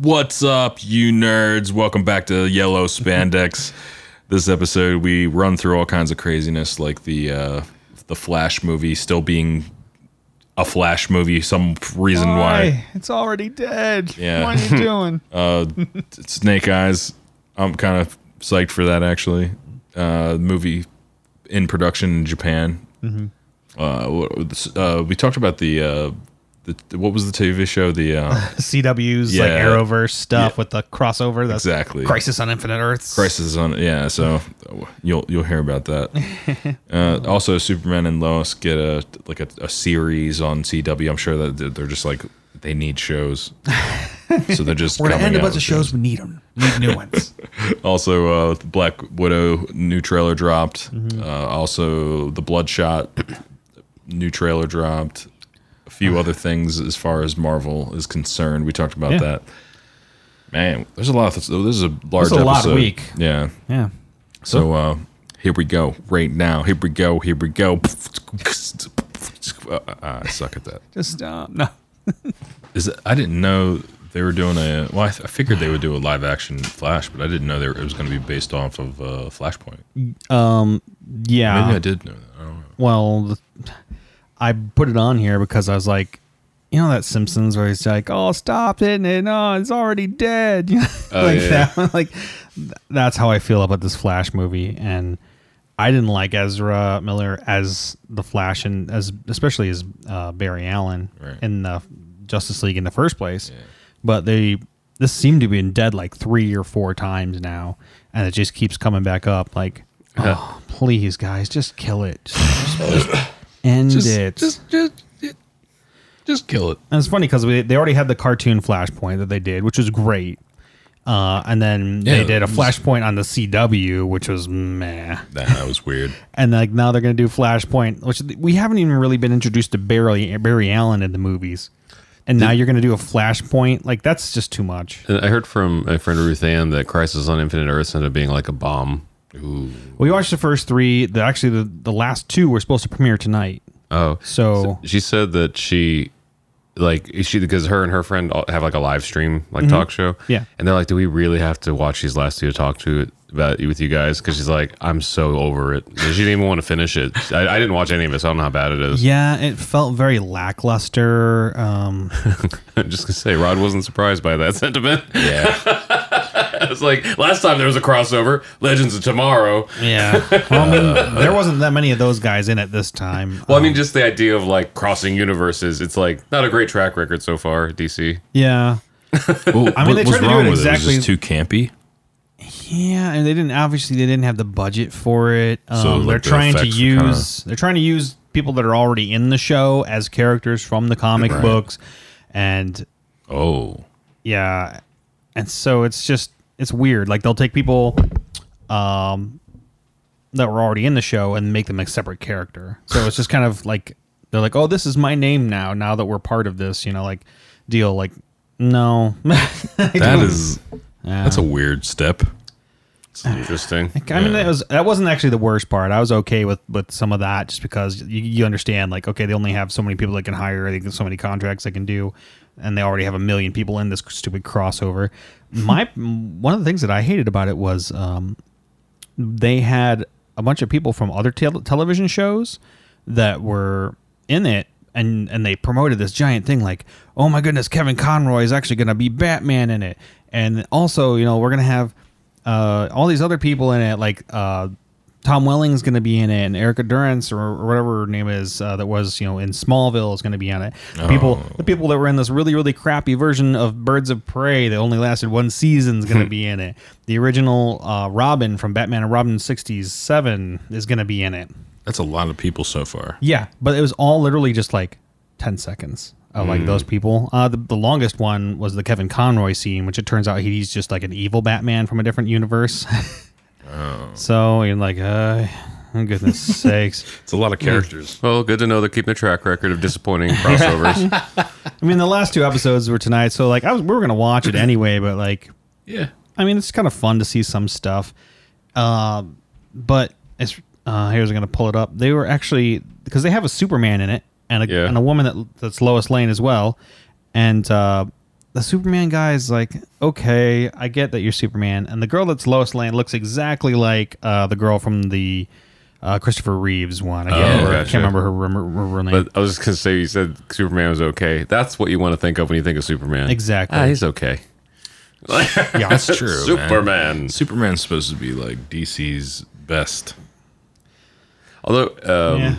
What's up, you nerds? Welcome back to Yellow Spandex. this episode, we run through all kinds of craziness, like the uh, the Flash movie still being a Flash movie. Some reason why. Why? It's already dead. Yeah. Uh, What are you doing? Snake Eyes. I'm kind of psyched for that actually. Uh, movie in production in Japan. Uh, what- uh, we talked about the, uh, the what was the TV show? The uh, CW's like Yeah. Arrowverse stuff with the crossover. That's exactly Crisis on Infinite Earths. Crisis on yeah. So you'll you'll hear about that. Uh, also, Superman and Lois get a like a, a series on CW. I'm sure that they're- they're just like they need shows, so they're just We're gonna coming end a out bunch of with shows. We need them. Need new ones. also uh, Black Widow new trailer dropped. Mm-hmm. Uh, also the Bloodshot new trailer dropped. A few other things as far as Marvel is concerned. We talked about Ah. Yeah. that. Man, there's a lot. Of, this is a large. a lot episode. week. Yeah. yeah. So uh, here we go. Right now. Here we go. Here we go. Uh, I suck at that. Just stop. No. Is it, I didn't know they were doing a. Well, I, th- I figured they would do a live action Flash, but I didn't know they were, it was going to be based off of uh, Flashpoint. Yeah. Maybe I did know that. Oh, I don't know. Well, the- I put it on here because I was like, you know that Simpsons where he's like, "Oh, stop it! And oh, it's already dead." You know, Oh, like yeah, that. Like th- that's how I feel about this Flash movie, and I didn't like Ezra Miller as the Flash, and as especially as uh, Barry Allen Right. in the Justice League in the first place. But they this seemed to be in dead like three or four times now, and it just keeps coming back up. Like, oh, please, guys, just kill it. Just- just End it. just, just kill it. And it's funny because they already had the cartoon Flashpoint that they did, which was great. Uh, and then Yeah, they did a it was- Flashpoint on the CW, which was meh. Nah, that was weird. And like now they're going to do Flashpoint, which we haven't even really been introduced to Barry Barry Allen in the movies. And now you're going to do a Flashpoint, like that's just too much. And I heard from my friend Ruth Ann that Crisis on Infinite Earths ended up being like a bomb. We watched the first three. The actually the, the last two were supposed to premiere tonight. Oh, So she said that she like she because her and her friend all- have like a live stream like talk show. Yeah. and they're like, do we really have to watch these last two to talk to about with you guys? Because she's like, I'm so over it. And She didn't even want to finish it. I, I didn't watch any of it, so I don't know how bad it is. yeah, it felt very lackluster. Um, Just to say, Rod wasn't surprised by that sentiment. Yeah. it's like last time there was a crossover, Legends of Tomorrow. yeah, well, I mean, there wasn't that many of those guys in it this time. Well, I mean, just the idea of like crossing universes. It's like not a great track record so far, DC. Um, Yeah. I mean, they tried to do it exactly- It was just too campy. Yeah, and they didn't obviously they didn't have the budget for it. Um, So, like, they're the trying to effects were use kinda- they're trying to use people that are already in the show as characters from the comic books, and Oh. yeah, and so it's just it's weird. Like they'll take people um, that were already in the show and make them a separate character. So it's just kind of like they're like, oh, this is my name now. Now that we're part of this, you know, like deal. Like no, That is. That's a weird step. It's interesting. Ah, I mean, Yeah. that was that wasn't actually the worst part. I was okay with with some of that just because you, you understand, like, okay, they only have so many people they can hire, they can so many contracts they can do, and they already have a million people in this stupid crossover. My one of the things that I hated about it was um, they had a bunch of people from other tel television shows that were in it and and they promoted this giant thing like oh my goodness kevin conroy is actually going to be batman in it and also you know we're going to have uh, all these other people in it like uh, tom welling's going to be in it and erica durance or, or whatever her name is uh, that was you know in smallville is going to be on it The people the people that were in this really really crappy version of birds of prey that only lasted one season is going to be in it the original uh, robin from batman and robin 67 is going to be in it That's a lot of people so far. yeah, but it was all literally just like 10 seconds of like those people. Uh, the, the longest one was the Kevin Conroy scene, which it turns out he's just like an evil Batman from a different universe. So you're like, uh, oh, goodness sakes. It's a lot of characters. Well, good to know they're keeping a track record of disappointing crossovers. I mean, the last two episodes were tonight, so like I was, we were going to watch it anyway, but like Yeah. I mean, it's kind of fun to see some stuff. Uh, but it's uh, here's I'm gonna pull it up. They were actually because they have a Superman in it and a, Yeah. and a woman that that's Lois Lane as well, and uh, the Superman guy is like, okay, I get that you're Superman, and the girl that's Lois Lane looks exactly like uh, the girl from the uh, Christopher Reeves one. I can't, Oh, remember, gotcha. can't remember her, her, her real name. But I was just gonna say, you said Superman was okay. That's what you want to think of when you think of Superman. Exactly. Ah, he's okay. yeah, That's true. man. Superman. Superman's supposed to be like DC's best. Although, um, Yeah.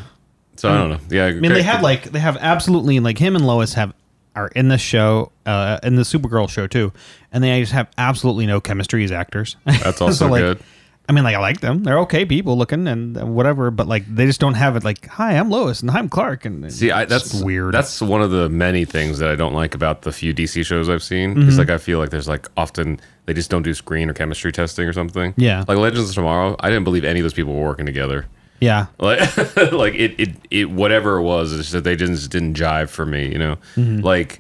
so I don't know. Yeah, I mean, they have like they have absolutely like him and Lois have are in this show, uh, in the Supergirl show too, and they just have absolutely no chemistry as actors. That's also like, good. I mean, like I like them; they're okay people looking and whatever, but like they just don't have it. Like, hi, I'm Lois and I'm Clark, and See, I, it's that's weird. That's one of the many things that I don't like about the few DC shows I've seen. Mm-hmm. It's like I feel like there's like often they just don't do screen or chemistry testing or something. Yeah. Like Legends of Tomorrow, I didn't believe any of those people were working together. yeah, like like it, it it whatever it was it's just that they didn't just didn't jive for me you know Mm-hmm. like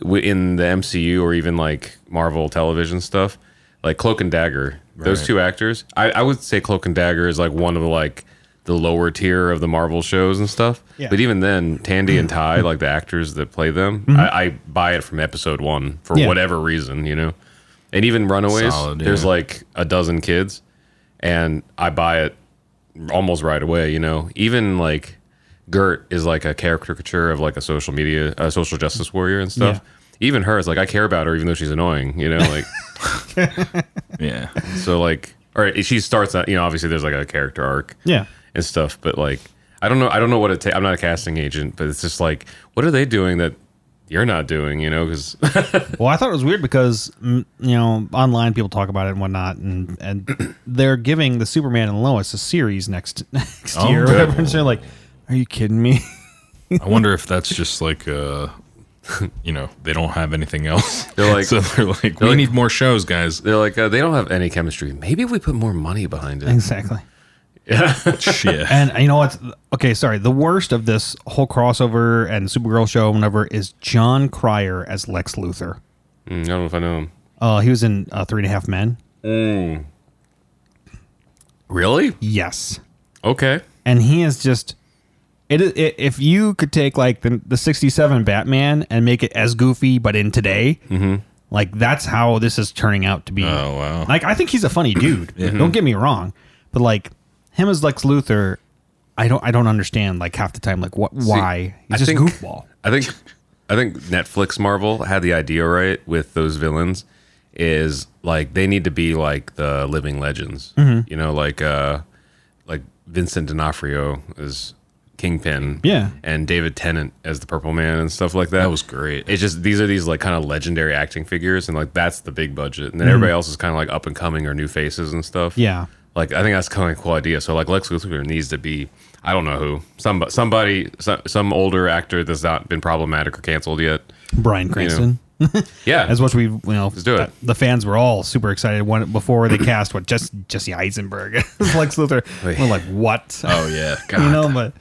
w- in the mcu or even like marvel television stuff like cloak and dagger those Right. two actors I, I would say cloak and dagger is like one of the like the lower tier of the marvel shows and stuff Yeah. but even then tandy and ty like the actors that play them Mm-hmm. I, I buy it from episode one for Yeah. whatever reason you know and even runaways Solid, there's yeah. like a dozen kids and i buy it almost right away. You know, even like Gert is like a caricature of like a social media, a social justice warrior and stuff. Yeah. Even her is like, I care about her, even though she's annoying. You know, like Yeah. so, like, or she starts out. You know, obviously there's like a character arc yeah. and stuff, but like, I don't know, I don't know what it takes. I'm not a casting agent, but it's just like, what are they doing that? You're not doing, you know, because Well, I thought it was weird because mm, you know online people talk about it and whatnot, and and they're giving the Superman and Lois a series next next Oh, year. Or good. whatever. And so they're like, are you kidding me? I wonder if that's just like uh you know, they don't have anything else. They're like- so they're like, we like- need more shows, guys. they're like, uh, they don't have any chemistry. Maybe if we put more money behind it. exactly. Shit. And you know what's okay? Sorry, the worst of this whole crossover and Supergirl show, whenever, is John Cryer as Lex Luthor. Mm, I don't know if I know him. Uh, he was in uh, Three and a Half Men. Really? Yes, Okay. and he is just. It, is- i if you could take like the, the 67 Batman and make it as goofy but in today, like that's how this is turning out to be. Oh, wow. Like I think he's a funny dude. Don't get me wrong, but like him as Lex Luthor, I don't I don't understand like half the time like what why. He's I just think- goofball. I think I think Netflix Marvel had the idea right with those villains is like they need to be like the living legends. You know, like uh like Vincent D'Onofrio is Kingpin. Yeah. And David Tennant as the Purple Man and stuff like that. That was great. it's just these are these like kind of legendary acting figures and like that's the big budget. And then everybody else is kind of like up and coming or new faces and stuff. Yeah. Like I think that's kind of a cool idea. So like Lex Luthor needs to be I don't know who somebody somebody some, some older actor that's not been problematic or canceled yet. Brian Cranston. Hmm. Yeah, As much we you know, Let's do it. the fans were all super excited when before they cast what just Jesse Eisenberg as Lex Luthor. We're like, what? Oh yeah. God. you know, but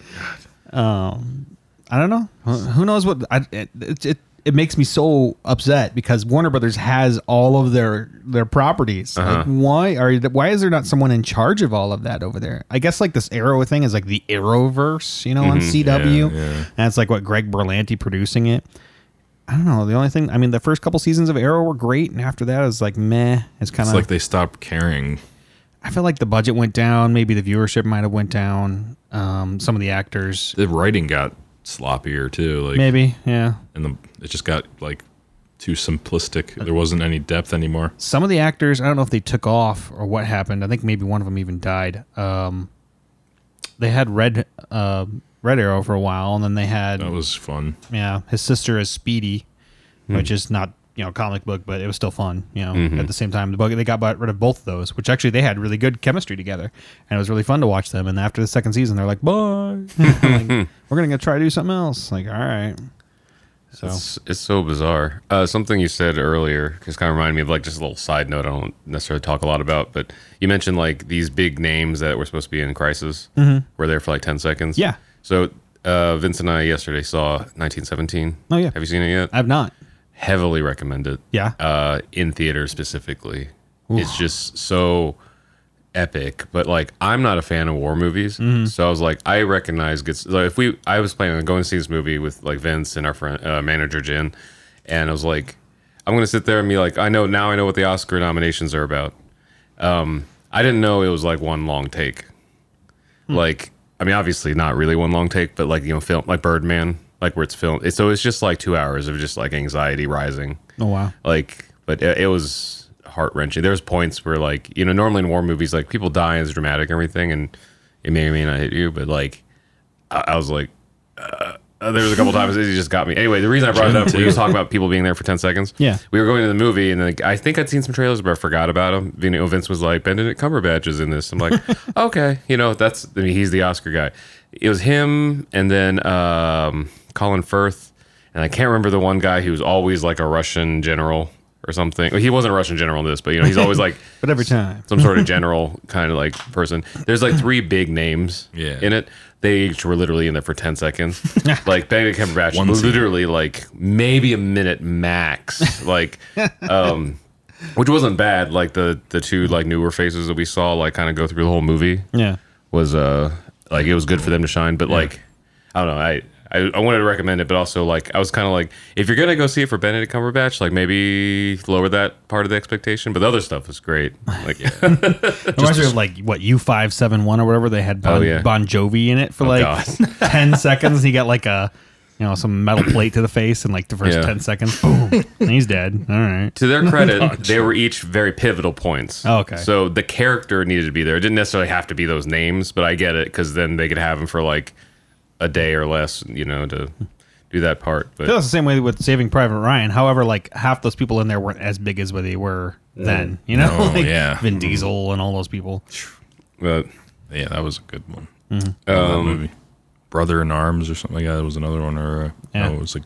um, I don't know. Who- Who knows what? I, it, it it it makes me so upset because Warner Brothers has all of their their properties. Uh-huh. Like, why are why is there not someone in charge of all of that over there? I guess like this Arrow thing is like the Arrowverse, you know, on CW, Mm-hmm. yeah, yeah. and it's like what Greg Berlanti producing it. I don't know. The only thing, I mean, the first couple seasons of Arrow were great, and after that, it's like meh. It's kind it's of like they stopped caring. I feel like the budget went down. Maybe the viewership might have went down. Um, some of the actors, The writing got sloppier too. Like maybe, yeah. and the it just got like too simplistic. There wasn't any depth anymore. Some of the actors, I don't know if they took off or what happened. I think maybe one of them even died. Um, they had Red uh, Red Arrow for a while, and then they had That was fun. yeah. His sister is Speedy, which is not you know comic book, but it was still fun. You know, at the same time, the bug they got bu- rid of both those, which actually they had really good chemistry together, and it was really fun to watch them. And after the second season, they're like, bye, Like, we're gonna go try to do something else. Like, all right, so it's, it's so bizarre. Uh, something you said earlier just kind of reminded me of like just a little side note. I don't necessarily talk a lot about, but you mentioned like these big names that were supposed to be in Crisis were there for like ten seconds. Mm-hmm. Yeah. So uh, Vince and I yesterday saw 1917. Oh, yeah. Have you seen it yet? I've not. heavily recommend it. Yeah. Uh, in theater specifically, it's just so epic. But like, I'm not a fan of war movies, so I was like, I recognize good. Like, if we, I was planning on going to see this movie with like Vince and our friend uh, manager Jen, and I was like. I'm gonna sit there and be like, I know now. I know what the Oscar nominations are about. Um, I didn't know it was like one long take. Like, I mean, obviously not really one long take, but like you know, film like Birdman, like where it's filmed. It's, so it's just like two hours of just like anxiety rising. Oh wow. Like, but it, it was heart wrenching. There's points where like you know, normally in war movies, like people die and it's dramatic and everything, and it may or may not hit you, but like I, I was like. Uh, there was a couple times it just got me. Anyway, the reason I brought it up, we were talking about people being there for ten seconds. Yeah. we were going to the movie, and like, I think I'd seen some trailers, but I forgot about them. You know, Vince was like, "Benedict Cumberbatch is in this." I'm like, "Okay, you know, that's I mean, he's the Oscar guy." It was him, and then um, Colin Firth, and I can't remember the one guy who was always like a Russian general or something. Well, he wasn't a Russian general in this, but you know, he's always like But every time. some sort of general kind of like person. There's like three big names Yeah. in it. They each were literally in there for 10 seconds. like Benedict Cumberbatch One was scene. literally like maybe a minute max. Like um which wasn't bad. Like the the two like newer faces that we saw like kind of go through the whole movie Yeah. was uh like it was good for them to shine, but like I don't know, I I, I wanted to recommend it, but also like I was kind of like, if you're gonna go see it for Benedict Cumberbatch, like maybe lower that part of the expectation. But the other stuff was great. Like, It reminds me of like what U five seven one or whatever. They had Bon, Oh, yeah. Oh, bon Jovi in it for like God. ten seconds. He got like a you know some metal plate to the face in like the first Yeah. ten seconds. Boom, and he's dead. All right. to their credit, they were each very pivotal points. Oh, okay. So the character needed to be there. It didn't necessarily have to be those names, but I get it because then they could have them for like a day or less, you know, to do that part. But That's the same way with Saving Private Ryan. However, like half those people in there weren't as big as what they were Mm. then. You know, No, like yeah. Mm-hmm. Vin Diesel and all those people. uh, Yeah, that was a good one. Mm-hmm. Um, movie. Brother in Arms or something like that was another one. Or uh, Yeah. no, it was like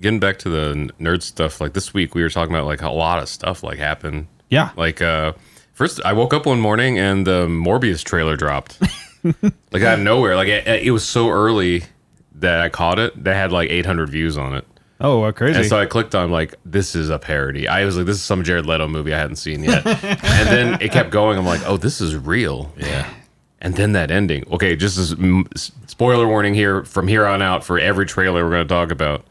getting back to the n- nerd stuff, like this week we were talking about like a lot of stuff like happened. Yeah. Like uh first I woke up one morning and the Morbius trailer dropped. like out of nowhere. Like it, it was so early that I caught it. They had like 800 views on it. oh, uh, crazy. And so I clicked on like this is a parody. I was like this is some Jared Leto movie I hadn't seen yet. and then it kept going. I'm like, "Oh, this is real." yeah, And then that ending. Okay, just as mm, s- spoiler warning here from here on out for every trailer we're going to talk about.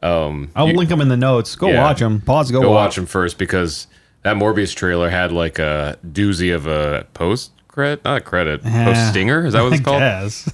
I'll link them in the notes. Go watch 'em. Yeah. watch them. Pause. Go, go watch. watch them first because that Morbius trailer had like a doozy of a post credit, not a credit, post stinger. Is that what it's I called? guess.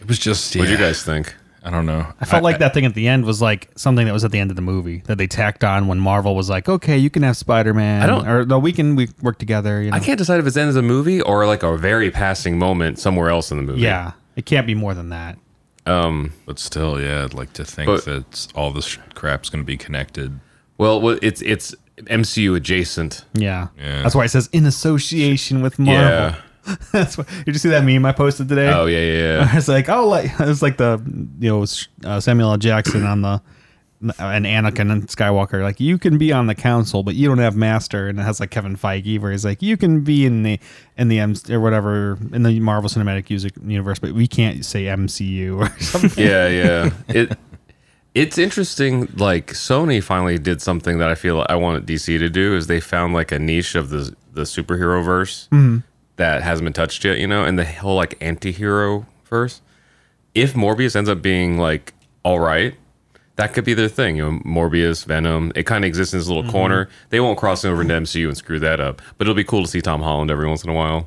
it was just. What'd you yeah, guys think? I don't know. I felt like that thing at the end was like something that was at the end of the movie that they tacked on when Marvel was like, "Okay, you can have Spider Man." I don't- Or no, we can we work together. You know? I can't decide if it's end of the movie or like a very passing moment somewhere else in the movie. Yeah, it can't be more than that. But still, yeah, I'd like to think But- that all this sh- crap's going to be connected. Well, well, it's it's MCU adjacent. Yeah. Yeah. That's why it says in association with Marvel. Yeah. That's why. Did you see that meme I posted today? Oh yeah, yeah. yeah. It's like oh, like it's like the you know s- uh, Samuel L. Jackson on the and Anakin and Skywalker. Like you can be on the council, but you don't have master. And it has like Kevin Feige, where he's like, you can be in the in the M or whatever in the Marvel Cinematic Music Universe, but we can't say MCU or something. yeah, yeah. It it's interesting. Like Sony finally did something that I feel I want DC to do is they found like a niche of the the superhero verse that hasn't been touched yet, you know, and the whole like anti-hero verse. If Morbius ends up being like all right, that could be their thing. You know, Morbius, Venom, it kind of exists in this little corner. They won't cross over into MCU and screw that up, but it'll be cool to see Tom Holland every once in a while.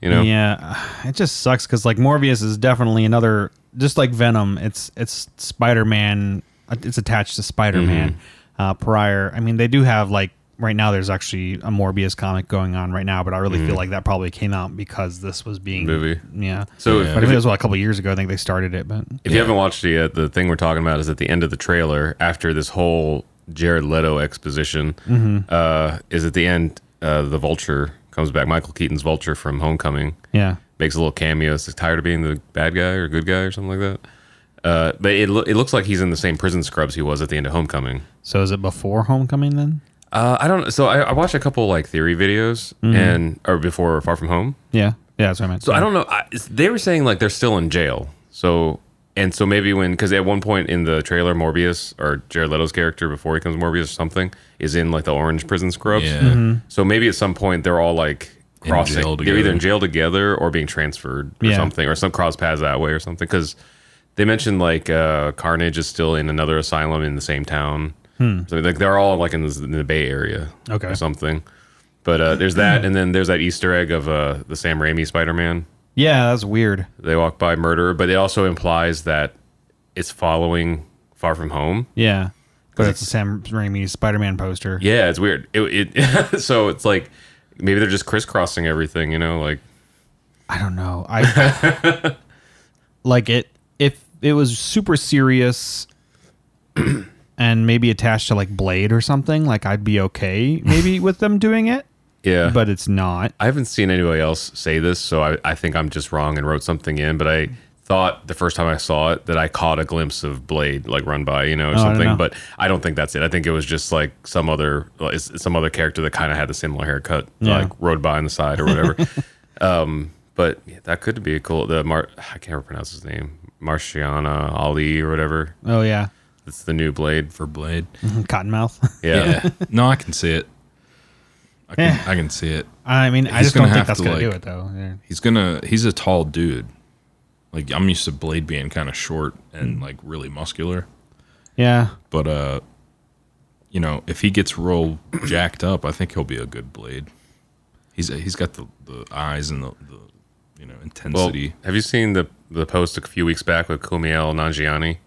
You know, Yeah, it just sucks because like Morbius is definitely another, just like Venom. It's it's Spider Man. It's attached to Spider Man. Mm-hmm. Uh, prior, I mean, they do have like right now. There's actually a Morbius comic going on right now, but I really feel like that probably came out because this was being Mm. Movie. Yeah. so but I if, think it was what, a couple years ago. I think they started it, but If you haven't watched it yet, the thing we're talking about is at the end of the trailer, after this whole Jared Leto exposition, uh, is at the end uh, the Vulture comes back. Michael Keaton's Vulture from Homecoming yeah. makes a little cameo. Is tired of being the bad guy or good guy or something like that. Uh, but it, loo- it looks like he's in the same prison scrubs he was at the end of Homecoming. So is it before Homecoming then? Uh, I don't. So I, I watched a couple like theory videos and or before Far From Home. Yeah. Yeah, that's what I meant. So I don't know. I, it's- they were saying like they're still in jail. So and so maybe when because at one point in the trailer, Morbius or Jared Leto's character before he becomes Morbius or something is in like the orange prison scrubs. Yeah, So maybe at some point they're all like In crossing. jail they're either together. in jail together or being transferred or Yeah. something, or some cross paths that way or something. Because they mentioned like uh, Carnage is still in another asylum in the same town. So like they're all like in, this, in the Bay Area, Okay. or something. But uh, there's that, and then there's that Easter egg of uh, the Sam Raimi Spider-Man. Yeah, that's weird. They walk by murderer, but it also implies that it's following Far From Home. Yeah. But it's a Sam Raimi Spider-Man poster. Yeah, it's weird. It, it so it's like maybe they're just crisscrossing everything, you know? Like I don't know. I like it if it was super serious and maybe attached to like Blade or something, like I'd be okay maybe with them doing it, yeah, but it's not. I haven't seen anybody else say this, so I, I think I'm just wrong and wrote something in. But I thought the first time I saw it that I caught a glimpse of Blade like run by, you know, or Oh, don't something. know. but I don't think that's it. I think it was just like some other like, it's- some other character that kind of had the similar haircut, Yeah. like rode by on the side or whatever. um, but yeah, that could be a cool. The Mar- I can't ever pronounce his name, Marciana Ali or whatever. Oh yeah. It's the new Blade. for Blade. Cottonmouth. Yeah. no, I can see it. I can, Yeah. I can see it. I mean, I He's just don't gonna think have that's to, going to do like- it though. Yeah. He's gonna. He's a tall dude. Like I'm used to Blade being kind of short Mm. and like really muscular. Yeah. But uh, you know, if he gets real jacked up, I think he'll be a good Blade. He's he's got the, the eyes and the, the you know Well, intensity. have you seen the the post a few weeks back with Kumail Nanjiani?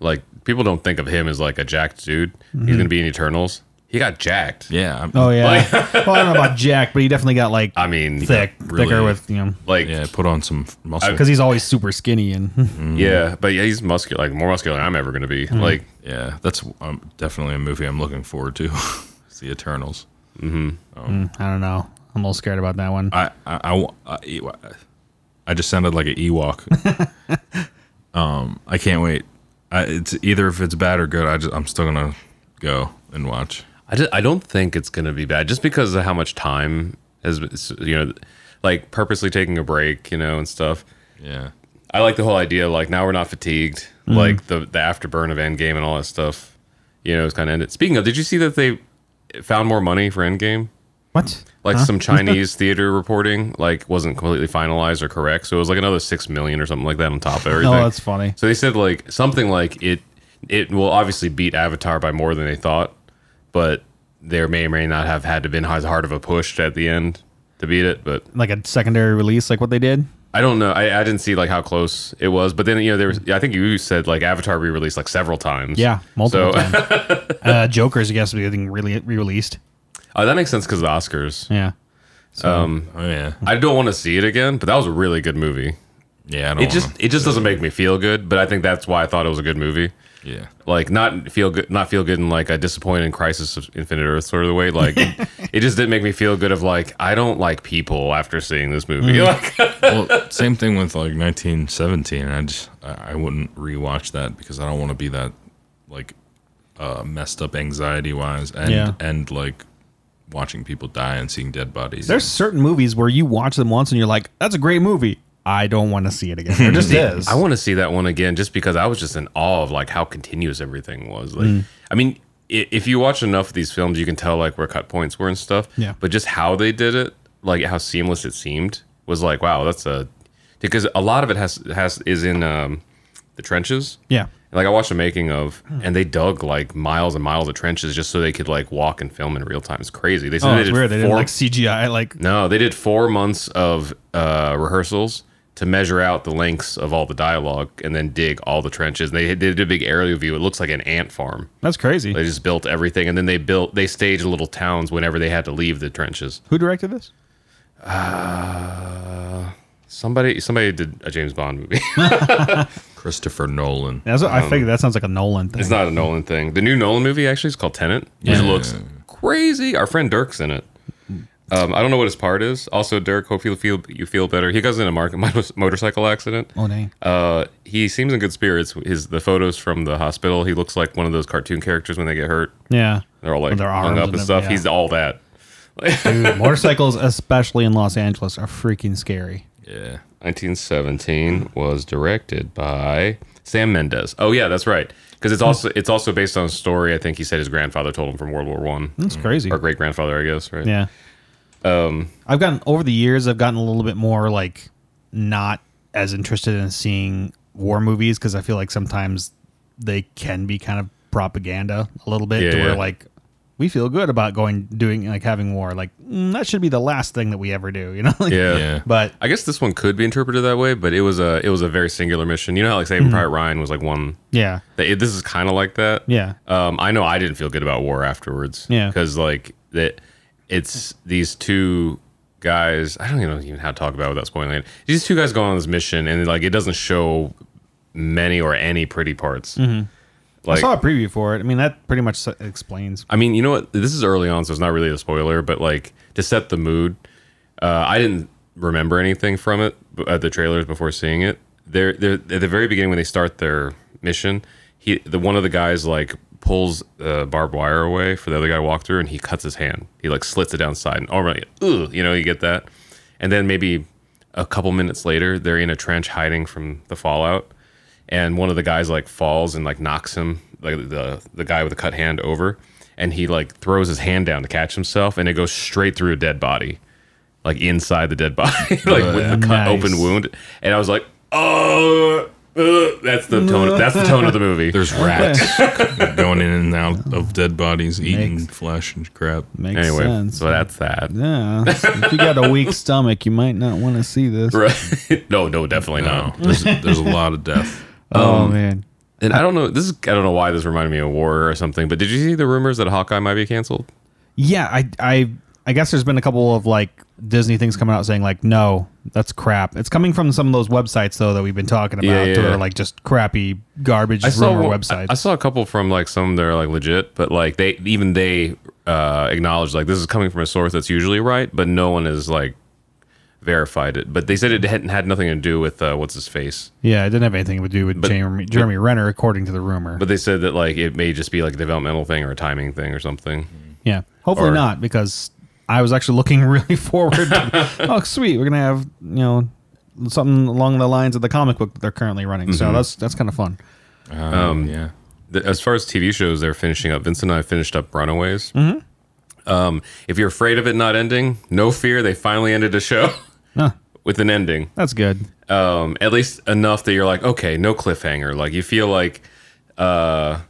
Like people don't think of him as like a jacked dude. He's gonna be in Eternals. He got jacked. yeah. I'm, Oh yeah. well, I don't know about Jack, but he definitely got like I mean, thick, really- thicker with you know, like Yeah. yeah. Put on some muscle. because he's always super skinny Mm-hmm. and but yeah, he's muscular, like more muscular than I'm ever gonna be. Like yeah, that's um, definitely a movie I'm looking forward to. it's the Eternals. I don't know. I'm a little scared about that one. I I- I wa- I- Ew- I just sounded like an Ewok. um, I can't wait. I, it's either if it's bad or good. I just I'm still gonna go and watch. I just I don't think it's gonna be bad just because of how much time has you know, like purposely taking a break, you know, and stuff. Yeah, I like the whole idea. Like now we're not fatigued. Like the the afterburn of Endgame and all that stuff. You know, it's kind of ended. Speaking of, did you see that they found more money for Endgame? What? Like some Chinese theater reporting, like wasn't completely finalized or correct. So it was like another six million or something like that on top of everything. Oh, that's funny. So they said like something like it it will obviously beat Avatar by more than they thought, but there may or may not have had to been as hard of a push at the end to beat it. But Like a secondary release, like what they did. I don't know. I, I didn't see like how close it was, but then you know there was. I think you said like Avatar re-released like several times. Yeah, multiple So- times. uh, Joker's, I guess, will be getting really re-released. Oh, that makes sense because of the Oscars. Yeah, oh yeah, I don't want to see it again, but that was a really good movie. yeah. I don't It just it just doesn't make me feel good, but I think that's why I thought it was a good movie. yeah. Like not feel good, not feel good in like a disappointing Crisis of Infinite Earth sort of way. Like it, it just didn't make me feel good. Of like I don't like people after seeing this movie. Mm. Like, Well, same thing with like 1917. I just I, I wouldn't rewatch that because I don't want to be that like uh, messed up anxiety wise and Yeah. and like watching people die and seeing dead bodies. there's certain movies where you watch them once and you're like, "That's a great movie." I don't want to see it again. There just is. I want to see that one again just because I was just in awe of like how continuous everything was. Like, Mm. I mean, i- if you watch enough of these films, you can tell like where cut points were and stuff. Yeah. But just how they did it, like how seamless it seemed, was like wow, that's a because a lot of it has has is in um, the trenches. yeah, Like I watched the making of, and they dug like miles and miles of trenches just so they could like walk and film in real time. It's crazy. They said oh, they it's did weird. They didn't four- like CGI. Like, no, they did four months of uh, rehearsals to measure out the lengths of all the dialogue and then dig all the trenches. They did a big aerial view. It looks like an ant farm. that's crazy. They just built everything and then they built, they staged little towns whenever they had to leave the trenches. Who directed this? Somebody, somebody did a James Bond movie. Christopher Nolan. That's what I, figured. That sounds like a Nolan thing. Um, it's not a Nolan thing. The new Nolan movie actually is called Tenant, which Yeah. looks crazy. Our friend Dirk's in it. Um, I don't know what his part is. Also, Dirk, hope you feel you feel better. He goes in a market motorcycle accident. oh dang. Uh, he seems in good spirits. His the photos from the hospital. He looks like one of those cartoon characters when they get hurt. Yeah. They're all like With their arms hung up and and, them, stuff. yeah. He's all that. Dude, motorcycles, especially in Los Angeles, are freaking scary. Yeah. 1917 was directed by Sam Mendes. Oh yeah, that's right. Because it's also it's also based on a story. I think he said his grandfather told him from World War One It's crazy. or great grandfather, I guess. Right. Yeah. Um, Um, I've gotten over the years. I've gotten a little bit more like not as interested in seeing war movies because I feel like sometimes they can be kind of propaganda a little bit Yeah, to where yeah. like we feel good about going doing like having war like mm, that should be the last thing that we ever do you know Like, Yeah. Yeah. but I guess this one could be interpreted that way, but it was a it was a very singular mission. You know how like Mm-hmm. Saving Private Ryan was like one. yeah th- This is kind of like that. yeah Um, I know I didn't feel good about war afterwards. Yeah. Because like that, it's these two guys. I don't even know even how to talk about it without spoiling it. These two guys go on this mission, and like it doesn't show many or any pretty parts. Like, I saw a preview for it I mean that pretty much s- explains I mean, you know what? This is early on, so it's not really a spoiler, but like to set the mood, uh, I didn't remember anything from it b- at the trailers before seeing it. They're, they're at the very beginning when they start their mission. He, the one of the guys, like pulls uh, barbed wire away for the other guy to walk through, and he cuts his hand. He like slits it down the side, and all right, ugh, you know, you get that. And then maybe a couple minutes later, they're in a trench hiding from the fallout and one of the guys like falls and like knocks him like the the guy with the cut hand over and he like throws his hand down to catch himself and it goes straight through a dead body like inside the dead body like with the cut Nice. open wound and i was like oh uh," that's the tone that's the tone of the movie There's rats going in and out of dead bodies, eating Makes- flesh and crap. makes anyway sense so that's that yeah if you got a weak stomach you might not want to see this Um, right no no definitely No, not there's, there's a lot of death. oh man and i don't know this is i don't know why this reminded me of war or something but did you see the rumors that hawkeye might be canceled Yeah, I I I guess there's been a couple of like Disney things coming out saying like no, that's crap. It's coming from some of those websites though that we've been talking about Yeah, yeah, that are yeah. like just crappy garbage rumor one- websites. I, I saw a couple from like some that are like legit, but like they even they uh, acknowledge like this is coming from a source that's usually right, but no one has like verified it. But they said it hadn't had nothing to do with uh, what's his face. yeah, it didn't have anything to do with Jeremy, Jeremy Renner according to the rumor. But they said that like it may just be like a developmental thing or a timing thing or something. yeah, hopefully or- not because I was actually looking really forward. to, oh, sweet, we're gonna have you know something along the lines of the comic book that they're currently running. Mm-hmm. So that's that's kind of fun. Um, yeah. the, as far as TV shows, they're finishing up. Vincent and I finished up Runaways. Um, if you're afraid of it not ending, no fear. They finally ended a show Huh, with an ending. that's good. um, at least enough that you're like, okay, no cliffhanger. Like you feel like, uh,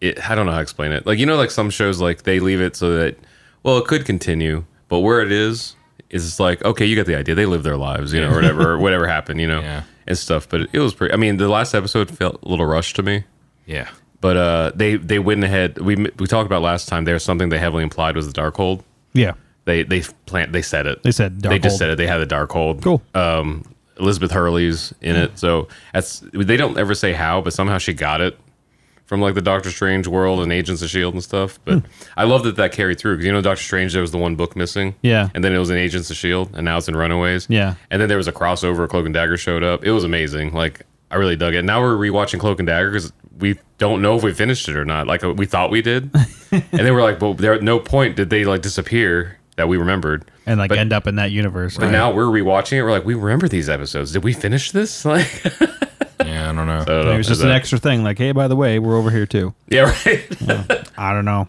it. I don't know how to explain it. Like you know, like some shows, like they leave it so that, well, it could continue, but where it is, is it's like, okay, you got the idea. They live their lives, you know, or whatever, whatever happened, you know, Yeah. and stuff. But it, it was pretty. I mean, the last episode felt a little rushed to me. Yeah. But uh, they they went ahead. We we talked about last time. There's something they heavily implied was the Darkhold. Yeah, They they plant they said it. They said They just Darkhold. said it. They had the dark hold. Cool. Um, Elizabeth Hurley's in it, so that's they don't ever say how, but somehow she got it from like the Doctor Strange world and Agents of Shield E and stuff. Hmm. But I love that that carried through because you know Doctor Strange there was the one book missing. Yeah. And then it was in Agents of Shield, E and now it's in Runaways. Yeah. And then there was a crossover. Cloak and Dagger showed up. It was amazing. Like I really dug it. Now we're rewatching Cloak and Dagger because we don't know if we finished it or not. Like uh, we thought we did, and then we're like, well, there at no point did they like disappear that we remembered. and like But- end up in that universe. But right? now we're rewatching it. We're like, we remember these episodes. Did we finish this? Like, I Yeah, I don't know. don't know. Maybe it's just Is an that- extra thing. Like, hey, by the way, we're over here too. Yeah, right. I don't know.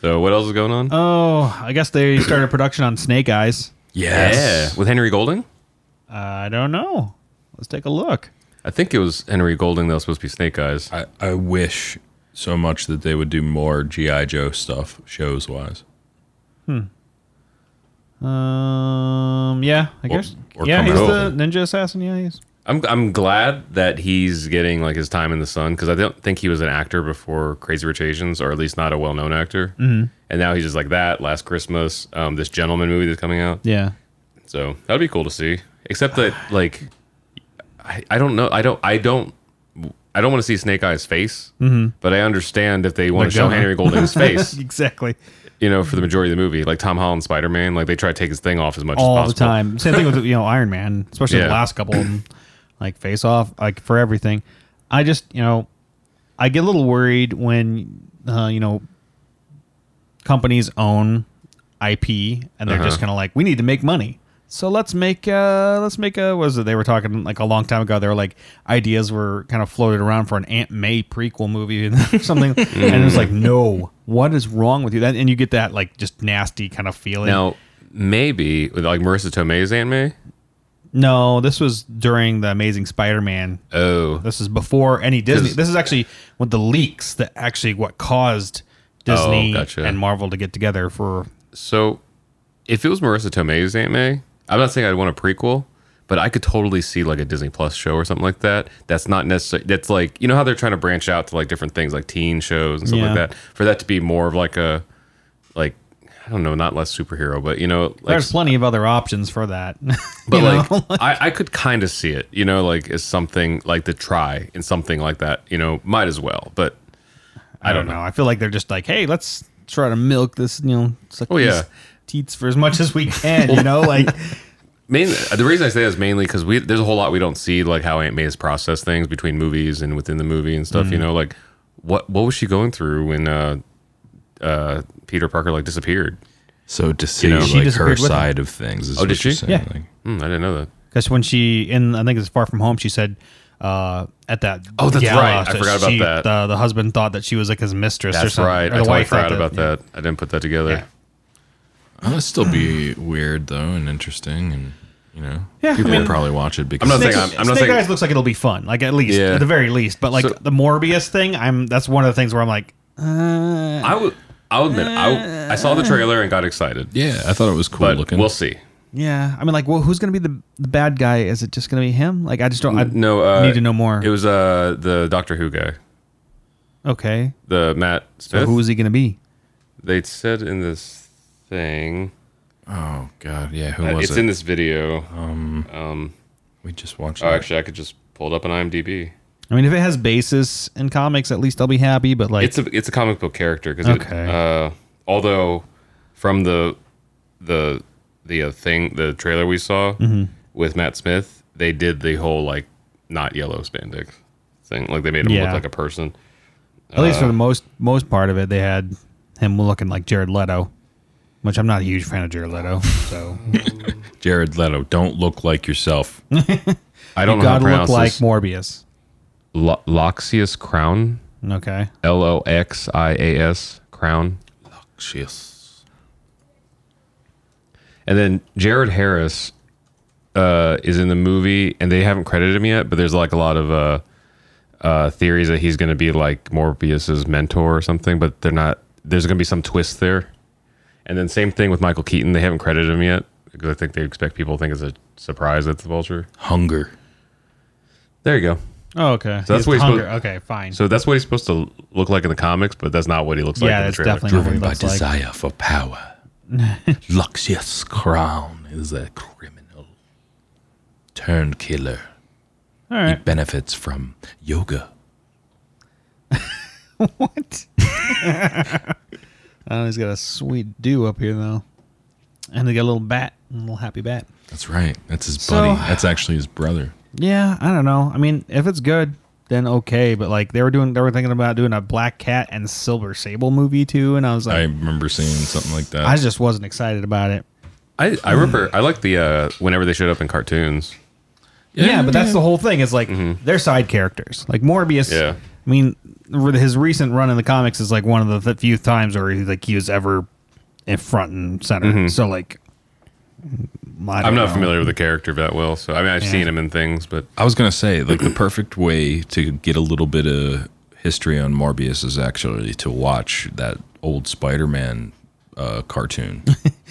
so what else is going on? Oh, I guess they started production on Snake Eyes. Uh, yes. Yeah, with Henry Golding. I don't know. Let's take a look. I think it was Henry Golding that was supposed to be Snake Eyes. I, I wish so much that they would do more G.I. Joe stuff shows wise. Um, yeah, I guess. or yeah, come he's out the ninja assassin. Yeah, he's. I'm I'm glad that he's getting like his time in the sun because I don't think he was an actor before Crazy Rich Asians, or at least not a well known actor. Mm-hmm. And now he's just like that. Last Christmas, um, this gentleman movie that's coming out. Yeah. So that'd be cool to see. Except that, like, I, I don't know. I don't. I don't. I don't want to see Snake Eye's face, Mm-hmm. but I understand if they want to show gunner. Henry Golding's face, Exactly. you know, for the majority of the movie, like Tom Holland Spider Man, like they try to take his thing off as much All as the possible. time. Same thing with you know Iron Man, especially the Yeah. last couple of them, like Face Off, like for everything. I just you know, I get a little worried when uh, you know companies own IP and they're Uh-huh. just kind of like, we need to make money. So let's make uh let's make a what was it they were talking like a long time ago they were like ideas were kind of floated around for an Aunt May prequel movie and something and it was like Mm. no what is wrong with you That- and you get that like just nasty kind of feeling Now, maybe like Marissa Tomei's Aunt May. No, this was during the Amazing Spider-Man. Oh, This is before any Disney. 'Cause- This is actually with the leaks that actually what caused Disney Oh, gotcha. and Marvel to get together for so if it was Marissa Tomei's Aunt May, I'm not saying I'd want a prequel, but I could totally see like a Disney Plus show or something like that. That's not necessarily. That's like you know how they're trying to branch out to like different things, like teen shows and stuff Yeah. like that. For that to be more of like a like I don't know, not less superhero, but you know, like There's plenty of other options for that. But You like, know? I, I could kind of see it, you know, like as something like the try and something like that, you know, might as well. But I don't know. I feel like they're just like, hey, let's try to milk this, you know, suck Oh, these yeah. teats for as much as we can, you know, like mainly the reason I say that is mainly because we there's a whole lot we don't see, like how Aunt May has processed things between movies and within the movie and stuff. You Mm. know, like what what was she going through when uh, uh, Peter Parker like disappeared? So to see know, She like disappeared her with him. side of things is oh, did what you're she? saying. Yeah. like- Hmm, I didn't know that. because when she in I think it's Far From Home, she said uh, at that Oh, that's gala, right. I so forgot about she- that. The, the husband thought that she was like his mistress or That's something. right. or the I totally wife thought forgot about yeah. that. I didn't put that together. Yeah. oh, That'd still be weird though and interesting and you know Yeah, I people mean- would probably watch it because not it's- Snake, saying I'm- I'm not Snake saying- Eyes looks like it'll be fun, like at least Yeah. at the very least. But like So- the Morbius thing, I'm that's one of the things where I'm like, uh, I would. I'll admit, I, w- I saw the trailer and got excited, yeah, I thought it was cool but looking. we'll see. yeah. I mean, like, well, who's gonna be the, the bad guy? Is it just gonna be him? Like, I just don't. I No, uh, need to know more. It was uh the Doctor Who guy, okay, the Matt Smith. who is he gonna be? they said in this thing, oh god, yeah, who uh, was it's it? in this video. we just watched. oh, it. actually, I could just pull it up on IMDb. I mean, if it has basis in comics, at least I'll be happy. But like, It's a it's a comic book character because Okay. uh, although from the the the uh, thing the trailer we saw Mm-hmm. with Matt Smith, they did the whole like not yellow spandex thing. Like they made him Yeah. look like a person. at least uh, for the most most part of it, they had him looking like Jared Leto, which I'm not a huge fan of Jared Leto. So Jared Leto, don't look like yourself. I don't know how to gotta pronounce look like this. Morbius. Lo- Loxias Crown. Okay, L O X I A S Crown. Jeez. And then Jared Harris uh, is in the movie, and they haven't credited him yet. But there's like a lot of uh, uh, theories that he's going to be like Morbius's mentor or something. But they're not. There's going to be some twist there. And then same thing with Michael Keaton. They haven't credited him yet because I think they expect people to think it's a surprise that's the Vulture. Hunger. There you go. oh, okay. So that's He's what he's hunger. supposed- okay, fine. So that's what he's supposed to look like in the comics, but that's not what he looks like. Yeah, in the that's trailer. definitely- driven It by looks like- desire for power. Luxius Crown is a criminal turned killer. All He right, benefits from yoga. what? oh, he's got a sweet do up here though, and he got a little bat, a little happy bat. That's right. That's his So- buddy. That's actually his brother. Yeah, I don't know. I mean, if it's good, then okay. But like they were doing, they were thinking about doing a Black Cat and Silver Sable movie too, and I was I like, remember seeing something like that. I, just wasn't excited about it. I, I remember. I like the uh, whenever they showed up in cartoons. Yeah, but that's the whole thing. Is like Mm-hmm. they're side characters. Like Morbius. Yeah. I mean, with his recent run in the comics is like one of the th- few times where he, like he was ever in front and center. Mm-hmm. So like, mm, I I'm don't not know. familiar with the character that well, so I mean I've seen him in things, but I was gonna say, like the perfect way to get a little bit of history on Morbius is actually to watch that old Spider-Man uh, cartoon.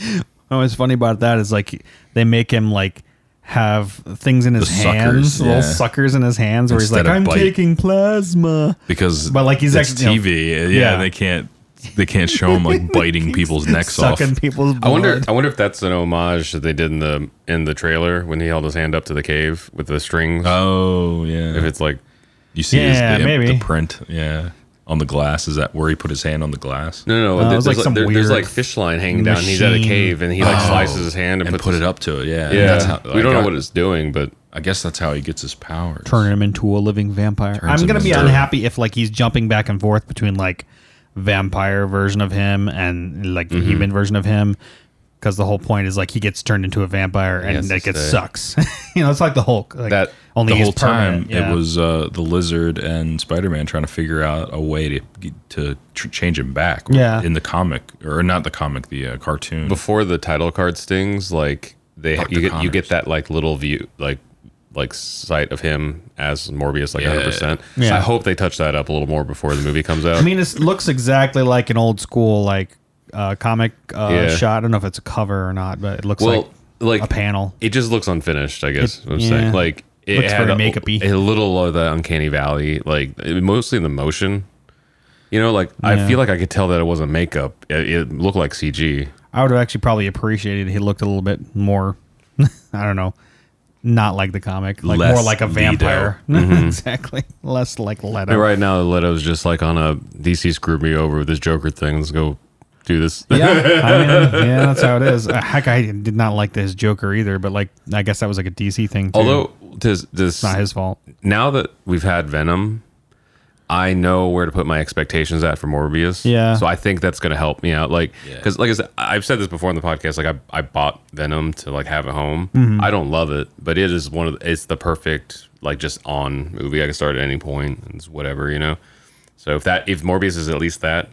And what's funny about that is like they make him like have things in his The hands, suckers, little yeah. suckers in his hands, where he's Instead like, of "I'm bite." taking plasma." because But, like, he's it's actually- TV. yeah, yeah. they can't they can't show him like biting people's necks off. Sucking people's blood. I wonder I wonder if that's an homage that they did in the in the trailer when he held his hand up to the cave with the strings. Oh if yeah, it's like you see his- Yeah, the, maybe. the print. Yeah, on the glass is that where he put his hand on the glass no, no, no Uh, it there's was like like some there- there's weird like fish line hanging down. and He's at a machine. cave and he like Oh. slices his hand and, and puts put his- it up to it. Yeah, and Yeah, that's how, we like, don't know I- what it's doing, but I guess that's how he gets his powers. turning him into a living vampire. Turns I'm gonna him be into- unhappy if like he's jumping back and forth between like vampire version of him and like Mm-hmm. the human version of him. Because the whole point is like he gets turned into a vampire has and to like it stay. sucks. you know, it's like the Hulk. Like, That- only the he's whole time permanent, yeah. it was uh, the lizard and Spider-Man trying to figure out a way to get- to tr- change him back. Yeah. in the comic or not the comic, the uh, cartoon. before the title card stings, like they Dr. you get you Connors. get that like little view like like sight of him as Morbius like 100%. Yeah. I hope they touch that up a little more before the movie comes out. I mean, it looks exactly like an old school like uh, comic uh, Yeah. shot. I don't know if it's a cover or not, but it looks well, like like, a panel. It just looks unfinished, I guess. It- what I'm yeah. saying like it Looks had very a, makeup-y. a little of the uncanny valley, like it- mostly in the motion. You know, like I Yeah. feel like I could tell that it wasn't makeup. It, it looked like CG. I would have actually probably appreciated he looked a little bit more. I don't know, not like the comic, like Less more like a Leto. vampire. Mm-hmm. exactly, less like Leto. And right now, Leto's just like on a DC screwed me over with this Joker thing. Let's go do this. Yeah, I mean, yeah, that's how it is. Uh, Heck, I did not like this Joker either, but like, I guess that was like a DC thing. Too. Although does does it's not his fault. now that we've had Venom, I know where to put my expectations at for Morbius. Yeah. So I think that's going to help me out. Like, because like I said, I've said this before on the podcast. Like, I, I bought Venom to like have at home. I don't love it, but it is one of the, it's the perfect like just on movie. I can start at any point and it's whatever you know. So if that if Morbius is at least that,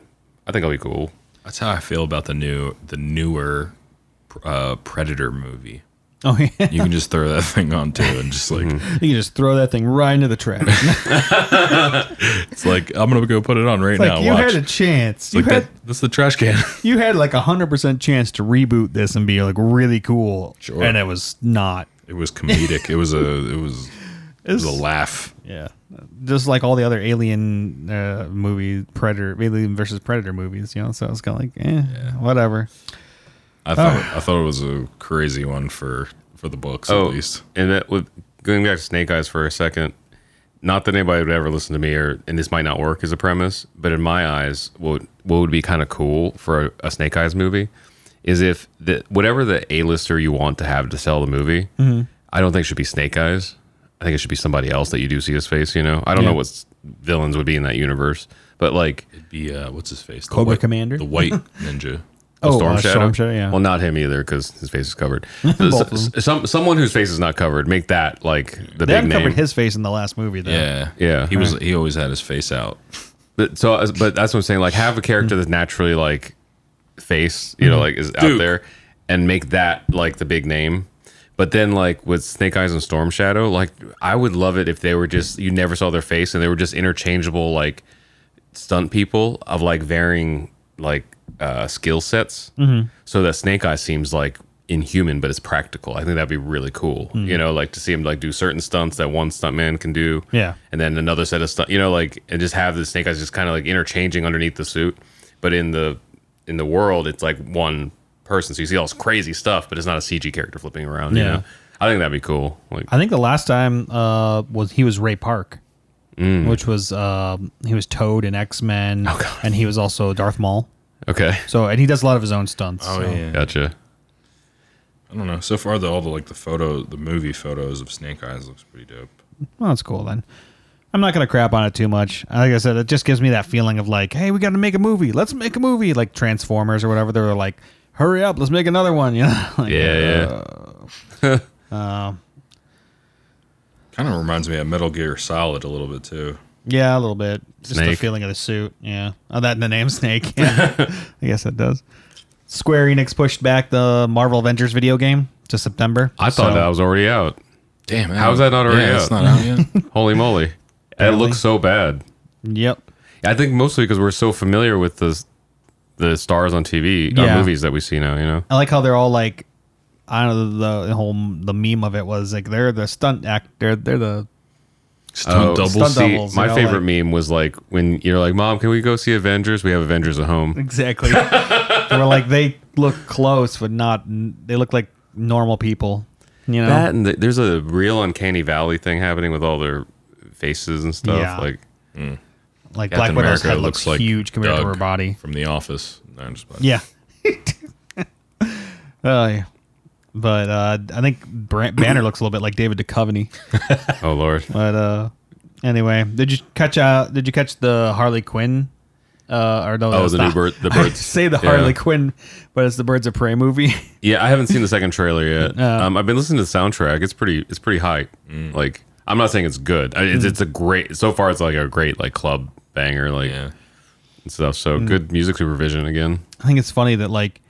I think I'll be cool. That's how I feel about the new, the newer uh, Predator movie. Oh yeah, you You can just throw that thing on too, and just like Mm-hmm. can just throw that thing right into the trash. it's like I'm gonna go put it on right like now. you watch. had a chance. You like had that, that's the trash can. you had like a hundred percent chance to reboot this and be like really cool. Sure. And it was not. it was comedic. It was a. It was. It was a laugh. Yeah. Just like all the other Alien uh, movie Predator, Alien versus Predator movies, you know. So it's kind of like, eh, whatever. I thought. I thought it was a crazy one for for the books at least. And that with going back to Snake Eyes for a second, not that anybody would ever listen to me or and this might not work as a premise, but in my eyes, what what would be kind of cool for a, a Snake Eyes movie is if the whatever the A-lister you want to have to sell the movie, Mm-hmm. I don't think should be Snake Eyes. I think it should be somebody else that you do see his face, you know. I don't know what s- villains would be in that universe, but like It'd be uh, what's his face? The Cobra white- Commander? the white ninja. The Oh, uh, Storm Shadow, yeah. Well, not him either because his face is covered. So- of them. some someone whose face is not covered. Make that like They the big haven't name. covered his face in the last movie, though. Yeah, Yeah. He was. He always had his face out. but so, uh, but that's what I'm saying. Like, have a character that's naturally like face, you know, like is out Duke. there, and make that like the big name. But then, like with Snake Eyes and Storm Shadow, like I would love it if they were just you never saw their face and they were just interchangeable like stunt people of like varying like uh, skill sets, so that Snake Eyes seems like inhuman but it's practical. I think that'd be really cool. You know, like to see him like do certain stunts that one stuntman can do, Yeah. and then another set of stuff, you know, like and just have the Snake Eyes just kind of like interchanging underneath the suit. But in the in the world, it's like one person, so you see all this crazy stuff, but it's not a CG character flipping around. Yeah, Yeah. I think that'd be cool. Like, I think the last time uh, was he was Ray Park, Mm. which was um he was Toad in X Men, Oh, and he was also Darth Maul. okay, So and he does a lot of his own stunts. Oh, so. gotcha. I don't know. So far, the all the like the photo, the movie photos of Snake Eyes looks pretty dope. Well, that's cool then. I'm not gonna crap on it too much. Like I said, it just gives me that feeling of like, hey, we got to make a movie. Let's make a movie, like Transformers or whatever. They were like, hurry up, let's make another one. You know? Like, Yeah, yeah. Uh, Kind of reminds me of Metal Gear Solid a little bit too. Yeah, a little bit. Just the Snake. feeling of the suit. Yeah. Oh, that and the name Snake. Yeah. I guess it does. Square Enix pushed back the Marvel Avengers video game to September. I thought So- that was already out. Damn, How's that not already Yeah, it's out? not out yet. Holy moly, it Apparently. looks so bad. Yep. I think mostly because we're so familiar with the the stars on TV, Yeah. uh, movies that we see now. You know, I like how they're all like, I don't know the whole the meme of it was like they're the stunt act. They're they're the Stunt double. stunt Oh, See, doubles, my you know, favorite meme was like when you're like, "Mom, can we go see Avengers? We have Avengers at home." Exactly. they were like they look close, but not. They look like normal people. You know. That and the, there's a real uncanny valley thing happening with all their faces and stuff. Yeah. Like, like Black Captain Widow's America head looks looks, like huge compared Doug to her body. from The Office. No, I'm just playing. Yeah. uh, yeah. But uh, I think Bran- Banner looks a little bit like David Duchovny. oh lord, But uh, anyway, did you catch? Uh, did you catch the Harley Quinn? Uh, or no, Oh, that's the new not- bird- the I birds. say the Yeah. Harley Quinn, but it's the Birds of Prey movie. yeah, I haven't seen the second trailer yet. um, I've been listening to the soundtrack. It's pretty, it's pretty high. Mm. Like, I'm not saying it's good. I, Mm. it's, it's a great. So far, it's like a great like club banger, like yeah. and stuff. Mm. So good music supervision again. I think it's funny that like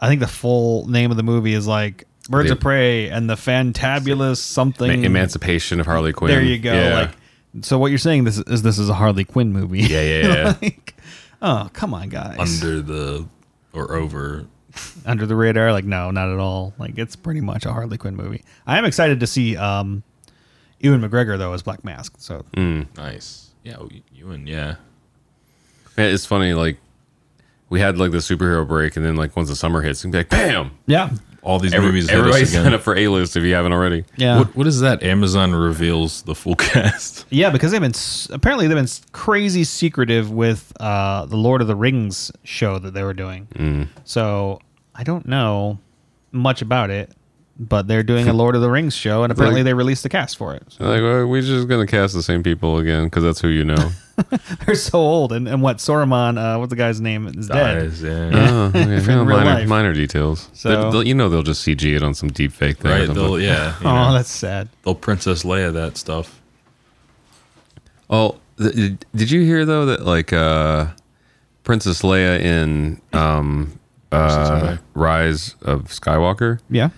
I think the full name of the movie is like Birds They- of Prey and the Fantabulous something. Ma- Emancipation of Harley Quinn. there you go. Yeah. Like, so what you're saying this is this is a Harley Quinn movie? yeah, yeah, yeah. like, oh come on, guys. under the or over. under the radar. Like, no, not at all. Like, it's pretty much a Harley Quinn movie. I am excited to see um, Ewan McGregor though as Black Mask. So Mm. Nice. Yeah, oh, Ewan. Yeah. Yeah, it's funny. Like we had like the superhero break, and then like once the summer hits, you can be like, bam! yeah, All these Every, movies hit everybody us sign again. up for A list if you haven't already. yeah, What, what is that? Amazon reveals the full cast. yeah. Because they've been s- apparently they've been s- crazy secretive with uh, the Lord of the Rings show that they were doing. Mm. So I don't know much about it. But they're doing a Lord of the Rings show, and apparently they released the cast for it. So Like well, we're just gonna cast the same people again because that's who you know. they're so old, and, and what Soramon, uh, what's the guy's name, is dead. Dies, yeah. oh, okay. real no, minor, life. minor details. So- They'll- they'll- you know they'll just CG it on some deep fake thing. or Right. something. They'll yeah. you Oh, know, that's sad. they'll Princess Leia that stuff. Oh, th- th- did you hear though that like uh, Princess Leia in um, uh, Leia. Rise of Skywalker Yeah,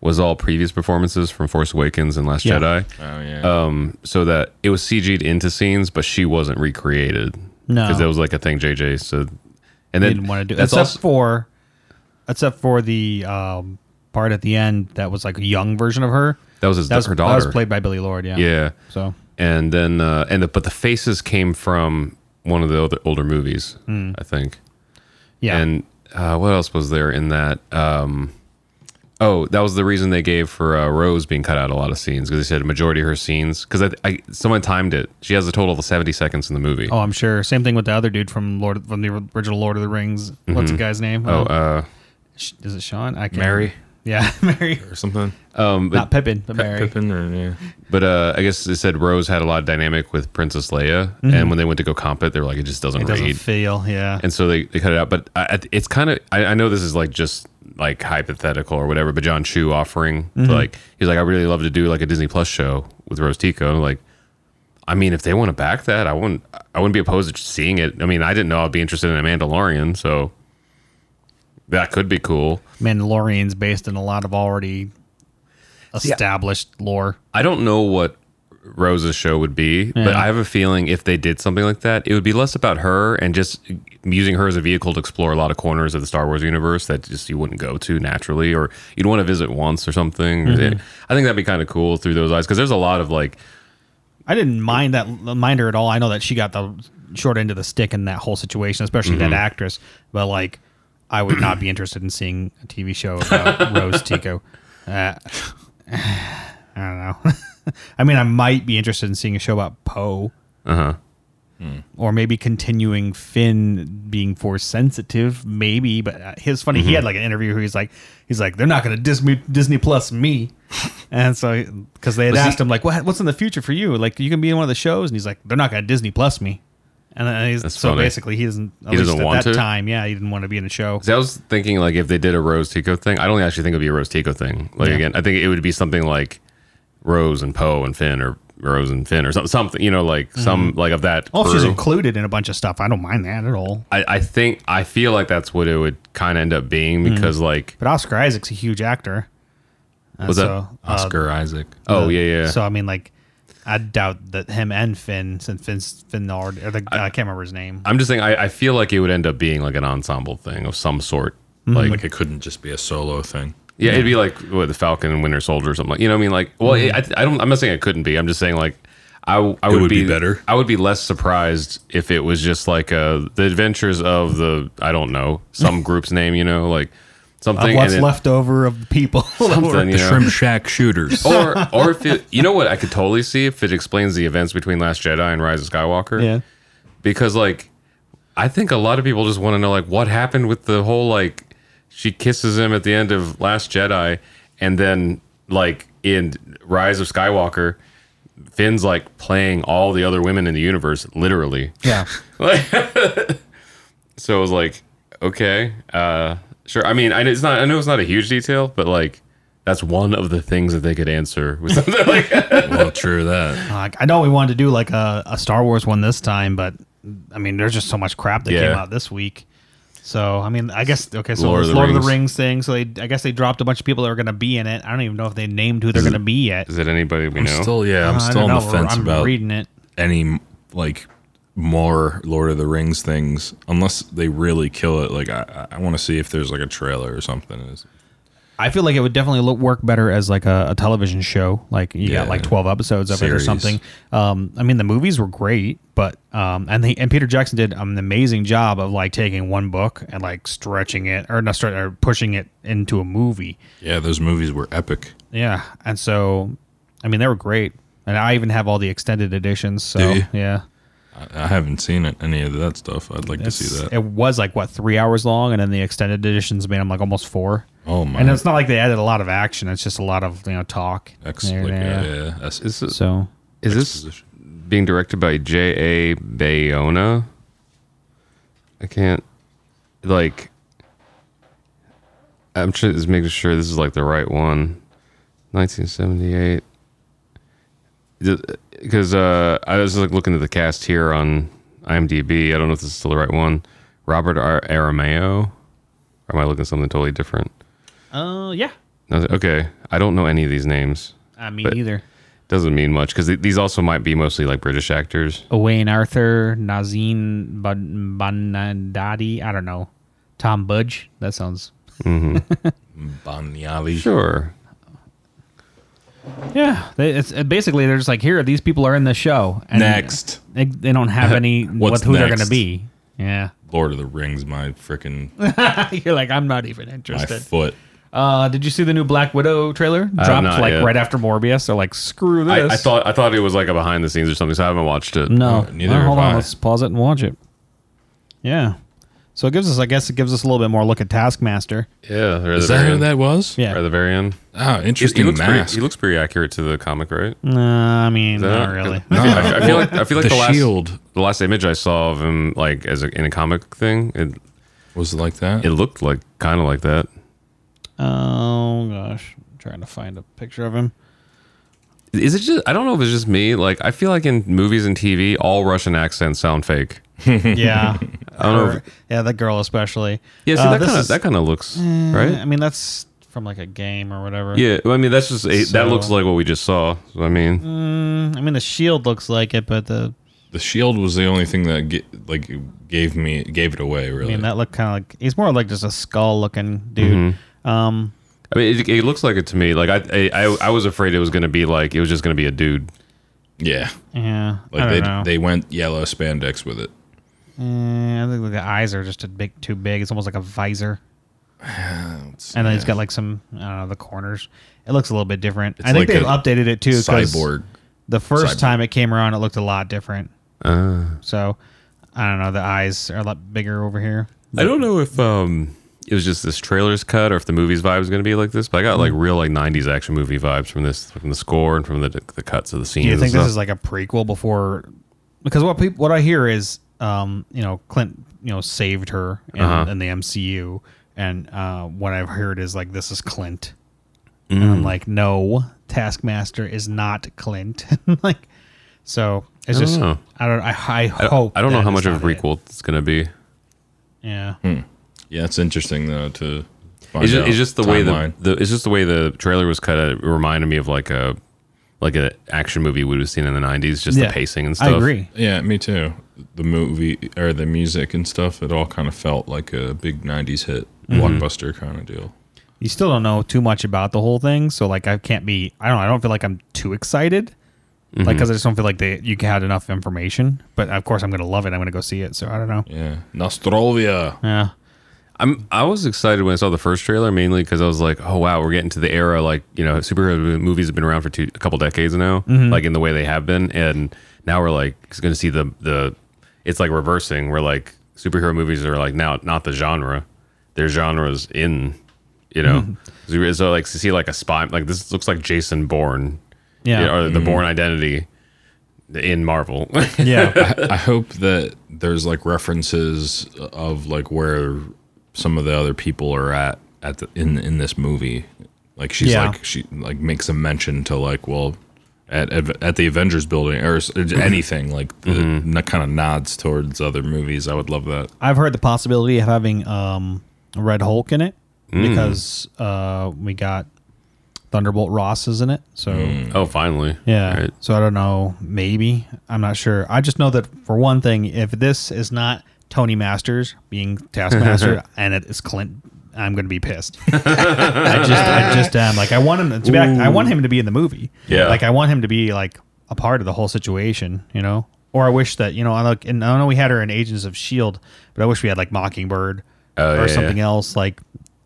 was all previous performances from Force Awakens and Last Yeah. Jedi? Oh yeah. um, so that it was CG'd into scenes, but she wasn't recreated. No. because that was like a thing JJ said. And they then didn't want to do that's except also for except for the um, part at the end that was like a young version of her. that was his, That was, her that was daughter. played by Billy Lord. Yeah. yeah, So and then uh, and the, but the faces came from one of the other older movies, I think. Hmm. yeah, And uh, what else was there in that? Um, oh, that was the reason they gave for uh, Rose being cut out a lot of scenes because they said a majority of her scenes because I, I someone timed it. She has a total of seventy seconds in the movie. oh, I'm sure. Same thing with the other dude from Lord from the original Lord of the Rings. What's the guy's name? Um, Oh, uh, Sh- is it Sean? I can't. Mary. Yeah, Mary. or something. um, but Not Pippin, but Mary. Pippin or yeah. But uh, I guess they said Rose had a lot of dynamic with Princess Leia, and when they went to go comp it, they were like, it just doesn't Mm-hmm. It read, doesn't feel. Yeah. and so they, they cut it out. But I, I- it's kind of I, I know this is like just like hypothetical or whatever. But John Chu offering to, like he's like, I really love to do like a Disney Plus show with Rose Tico, and I'm like, I mean, if they want to back that, I wouldn't I wouldn't be opposed to seeing it. I mean, I didn't know I'd be interested in a Mandalorian, so that could be cool. Mandalorian's based in a lot of already established lore. I don't know what Rose's show would be, but I have a feeling if they did something like that, it would be less about her and just using her as a vehicle to explore a lot of corners of the Star Wars universe that just you wouldn't go to naturally, or you'd want to visit once or something. Mm-hmm. I think that'd be kind of cool through those eyes because there's a lot of like, I didn't mind that mind her at all. I know that she got the short end of the stick in that whole situation, especially Mm-hmm. that actress. But like, I would not be interested in seeing a TV show about Rose Tico. Uh, I don't know. I mean, I might be interested in seeing a show about Poe, uh huh, or maybe continuing Finn being force sensitive, maybe. But uh, his funny, Mm-hmm. he had like an interview where he's like, he's like, they're not going to Disney Disney Plus me, and so because they had Was he- asked him like, what, what's in the future for you? Like, you can be in one of the shows, and he's like, they're not going to Disney Plus me, and then he's, That's so funny. basically he doesn't. At He least doesn't at want that to? time, yeah, he didn't want to be in a show. 'Cause I was thinking like if they did a Rose Tico thing, I don't actually think it would be a Rose Tico thing. Like Yeah. again, I think it would be something like Rose and Poe and Finn or Rose and Finn or something, something you know, like some like of that. Oh, if she's crew. included in a bunch of stuff. I don't mind that at all. I, I think I feel like that's what it would kind of end up being because like But Oscar Isaac's a huge actor. And Was that uh, Oscar Isaac. oh yeah yeah So I mean, like, I doubt that him and Finn, since Finn's Finn already, or the, I, can't remember his name. I'm just saying I, I feel like it would end up being like an ensemble thing of some sort mm. like, Like it couldn't just be a solo thing. yeah it'd be like what, the Falcon and Winter Soldier or something like you know what I mean like well I, I don't I'm not saying it couldn't be I'm just saying like I, I would, would be better. I would be less surprised if it was just like uh the adventures of the I don't know some group's name you know like something What's and then- left over of the people? something, you know? Shack shooters. or or if it, you know what I could totally see if it explains the events between Last Jedi and Rise of Skywalker. yeah. Because like I think a lot of people just want to know like what happened with the whole like she kisses him at the end of Last Jedi and then like in Rise of Skywalker Finn's like playing all the other women in the universe literally. Yeah. Like, so it was like, okay, uh, sure. I mean, I, it's not. I know it's not a huge detail, but like, that's one of the things that they could answer. With something like, well, true that. Like, I know we wanted to do like a, a Star Wars one this time, but I mean, there's just so much crap that Yeah. came out this week. So I mean, I guess okay. So Lord Lord, of the Lord of the Rings. Rings thing. So they, I guess they dropped a bunch of people that were going to be in it. I don't even know if they named who they're going to be yet. Is it anybody we know? Still, yeah, I'm Uh, I still don't on the know. fence I'm about reading it. any like more Lord of the Rings things, unless they really kill it. Like I, I want to see if there's like a trailer or something. It's- I feel like it would definitely look, work better as like a, a television show. Like you Yeah. got like twelve episodes of it or Series. something. Um, I mean, the movies were great, but um, and they, and Peter Jackson did an amazing job of like taking one book and like stretching it or not stretch or pushing it into a movie. yeah, those movies were epic. Yeah, and so I mean they were great, and I even have all the extended editions. So Do you? yeah, I, I haven't seen it, any of that stuff. I'd like to It's- see that. It was like what three hours long, and then the extended editions made them like almost four. oh my, And it's not like they added a lot of action; it's just a lot of you know talk. ex, there like, uh, and yeah, there. yeah, that's- Is this, So is this being directed by J.A. Bayona? I can't, like, I'm sure just making sure this is like the right one. 1978. Because uh, I was like looking at the cast here on IMDb. I don't know if this is still the right one. Robert R. Arameo. Or am I looking at something totally different? Uh, yeah. No, Okay, I don't know any of these names. I mean, But- either Doesn't mean much because these also might be mostly like British actors. Wayne Arthur, Nazim Ban- Bandadi. I don't know. Tom Budge. That sounds. Banyali. Sure. Yeah, they, it's uh, basically they're just like here. These people are in the show. And Next. they, they don't have any What's what who they're going next? to be. Yeah, Lord of the Rings, my freaking you're like I'm not even my interested. foot. Uh, did you see the new Black Widow trailer? Dropped not like yet. right after Morbius. They're like screw I, this. I thought I thought it was like a behind the scenes or something, so I haven't watched it. No, Uh, neither Well, hold have on. I. Let's pause it and watch it. Yeah. So it gives us, I guess, it gives us a little bit more look at Taskmaster. Yeah. Or the Is that very who end. that was? Yeah. Or the very end. Ah, He, he interesting looks pretty, mask. he looks pretty accurate to the comic, right? Nah, I mean, that not not- really. No, I, I feel like I feel like the the, last shield the last image I saw of him like as a, in a comic thing, it was like that. it looked like kind of like that. Oh gosh, I'm trying to find a picture of him. Is it just? I don't know if it's just me. Like I feel like in movies and TV, all Russian accents sound fake. Yeah, don't know Or- yeah, that girl especially. Yeah, see, Uh, that this kind of is- Mm. eh, that kind of looks I right. mean, that's from like a game or whatever. Yeah, well, I mean that's just a, that So- looks like what we just saw. So, I mean, Mm, I mean, the shield looks like it, but the the shield was the only thing that ga- like gave me gave it away. I Really, mean, that looked kind of like he's more like just a skull looking dude. Mm-hmm. Um, I mean, it, it looks like it to me. Like I, I, I- I was afraid it was gonna be like it was just gonna be a dude. yeah. yeah, I Like don't they know. they went yellow spandex with it. Eh, I think the eyes are just a big, too big. It's almost like a visor. Ah, And then he's got like some, I don't know, the corners. It looks a little bit different. I think like they've a updated it too. 'cause cyborg. The first cyborg. time it came around, it looked a lot different. Ah. So I don't know. The eyes are a lot bigger over here. I don't know if um it was just this trailer's cut or if the movie's vibe is gonna be like this, but I got Mm-hmm. like real like '90s action movie vibes from this, from the score and from the the cuts of the scenes. Do you think this and stuff. is like a prequel before? Because what people, what I hear is, um, you know, Clint, you know, saved her in, Uh-huh. in the MCU, and uh, what I've heard is like this is Clint, and Mm. I'm like, no, Taskmaster is not Clint, like, so it's I don't just know. I don't I, I I don't, hope I don't know that how is much of a not it. prequel it's gonna be. Yeah, Yeah, it's interesting though to. Find It's just, out it's just the way the, timeline. the it's just the way the trailer was cut. It reminded me of like a like an action movie we would have seen in the '90s. Just Yeah. the pacing and stuff. I agree. Yeah, me too. The movie or the music and stuff, it all kind of felt like a big '90s hit, blockbuster kind of deal. You still don't know too much about the whole thing, so like I can't be. I don't. I don't feel like I'm too excited, Like 'cause like because I just don't feel like they you had enough information. But of course, I'm gonna love it. I'm gonna go see it. So I don't know. Yeah, Nostrovia. Yeah. I'm I was excited when I saw the first trailer mainly because I was like, oh wow, we're getting to the era like you know superhero movies have been around for two, a couple decades now, Mm-hmm. like in the way they have been, and now we're like going to see the the it's like reversing where like superhero movies are like now not the genre, their genres in you know Mm-hmm. so, so, like to see like a spy like this looks like Jason Bourne Yeah. Mm-hmm. or the Bourne identity in Marvel. Yeah. I hope that there's like references of like where some of the other people are at at the, in in this movie. Like she's Yeah. like she like makes a mention to like well at at, at the Avengers building or s- anything like the Mm-hmm. that kind of nods towards other movies. I would love that. I've heard the possibility of having um, Red Hulk in it because uh, we got Thunderbolt Ross is in it. So Oh, finally. yeah, Right. so I don't know. Maybe I'm not sure. I just know that for one thing, if this is not Tony Masters being Taskmaster and it is Clint. I'm going to be pissed. I just, I just am. Like, I want him to be. I want him to be in the movie. Yeah. Like, I want him to be like a part of the whole situation. You know. Or I wish that you know. I like, and I know we had her in Agents of Shield, but I wish we had like Mockingbird Oh, or yeah, Hmm. something else like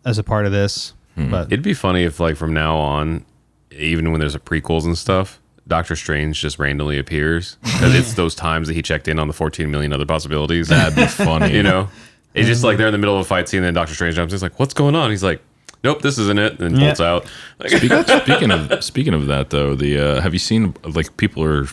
as a part of this. But It'd be funny if, like, from now on, even when there's a prequels and stuff, Doctor Strange just randomly appears because it's those times that he checked in on the 14 million other possibilities. That'd be Funny, you know, it's just like they're in the middle of a fight scene, and then Doctor Strange jumps. in, He's like, "What's going on?" He's like, "Nope, this isn't it," and then Yeah. bolts out. Like, Speaking, speaking of speaking of that though, the uh, have you seen like people are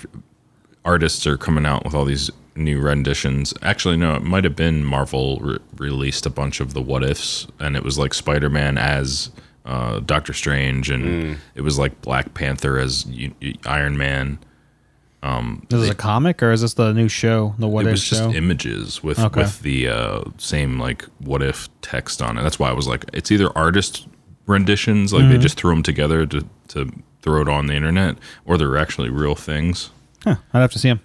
artists are coming out with all these new renditions. Actually, no, it might have been Marvel re- released a bunch of the what ifs, and it was like Spider Man as uh, Doctor Strange, and it was like Black Panther as U- U- Iron Man. is this a comic or is this the new show? The What it If was just show? images with Okay. with the uh, same like what if text on it. That's why I was like, it's either artist renditions, like they Mm-hmm. just threw them together to to throw it on the internet, or they're actually real things. Huh, I'd have to see him.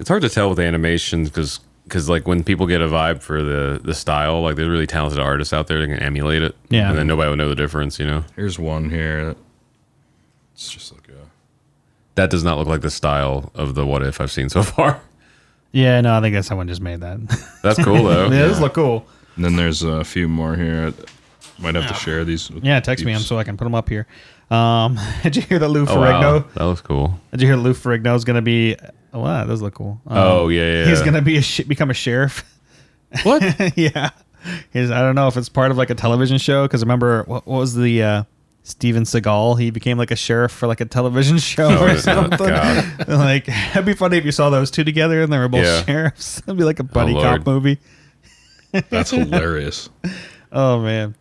it's hard to tell with animations because like when people get a vibe for the the style, like there's really talented artists out there that can emulate it. Yeah. and then nobody would know the difference. You know, Here's one here. It's just like a that does not look like the style of the what if I've seen so far. Yeah, no, I think that someone just made that. That's cool though. yeah, this look cool. and then there's a few more here. Might have to share these. with Yeah, text me 'em peeps. so I can put them up here. Um, did you hear that Lou Oh, Ferrigno? wow. That looks cool. Did you hear Lou Ferrigno is gonna be? Oh, wow, that does look cool. Um, Oh, yeah, yeah, He's yeah. gonna be a sh- become a sheriff. What? yeah, he's. I don't know if it's part of like a television show because remember what, what was the uh, Steven Seagal? He became like a sheriff for like a television show or yeah. something. Oh, God. like, it'd be funny if you saw those two together and they were both Yeah. Oh, sheriffs. It'd be like a buddy Lord. cop movie. That's hilarious. Oh man.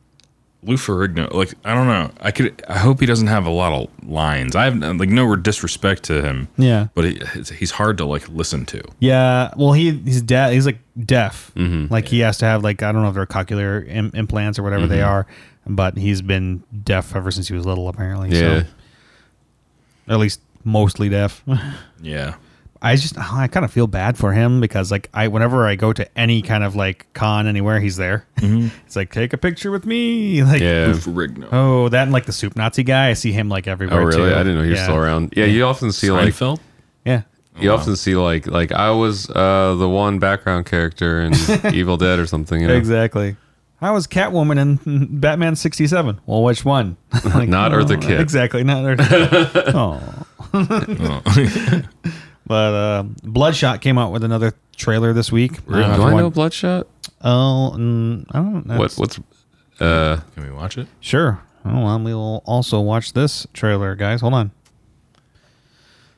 Lou Ferrigno, like I don't know. I could. I hope he doesn't have a lot of lines. I have like no disrespect to him. Yeah. but he, he's hard to like listen to. Yeah, well, he he's deaf. He's like deaf. Mm-hmm. Like he has to have like I don't know if they're cochlear Im- implants or whatever Mm-hmm. they are, but he's been deaf ever since he was little, apparently. Yeah. So at least mostly deaf. Yeah. I just I kind of feel bad for him because like I whenever I go to any kind of like con anywhere, he's there. it's like take a picture with me. Like Mm-hmm. Yeah. Ferrigno. oh that and like the soup Nazi guy, I see him like Oh, everywhere. really? Too. I didn't know he was yeah. still around. Yeah, you often see like Seinfeld? Yeah. you often see like like I was uh the one background character in Evil Dead or something. You know? Exactly. I was Catwoman in Batman '67. Well, which one? Like, Not Eartha Kitt. Exactly, not Eartha. oh, but uh, Bloodshot came out with another trailer this week. Do don't I if know you Bloodshot? want- Oh, mm, I don't know. What what's uh Can we watch it? Sure. Oh, well, we'll also watch this trailer, guys. Hold on.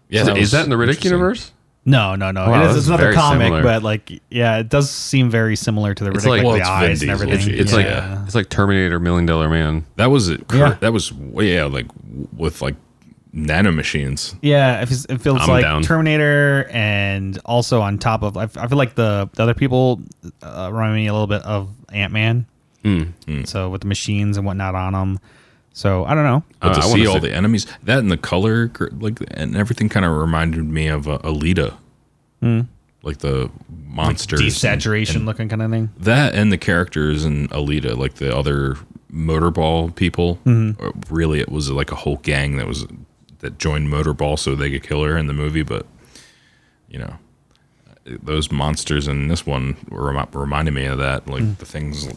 Yeah. is that in the Riddick universe? No, no, no. Wow, it is, this is it's another very comic, similar. but like, yeah, it does seem very similar to the It's Riddick, like- like, well, the it's Vin eyes and Diesel. everything. It's- It's Yeah. like it's like Terminator Million Dollar Man. That was it. Cur- Yeah. That was yeah, like w- with like nanomachines. Yeah, if it's, it feels I'm like down. Terminator, and also on top of, I, I feel like the, the other people uh, remind me a little bit of Ant Man. Hmm. So with the machines and whatnot on them. So I don't know. But Uh, to I wanna see all see- the enemies, that and the color, gr- like and everything, kind of reminded me of uh, Alita, like the monsters, and- Desaturation looking kind of thing. that and the characters in Alita, like the other motorball people. Mm-hmm. uh, Really, it was like a whole gang that was that joined motorball so they could kill her in the movie. But you know, those monsters in this one were remi- reminded me of that. Like Mm. the things,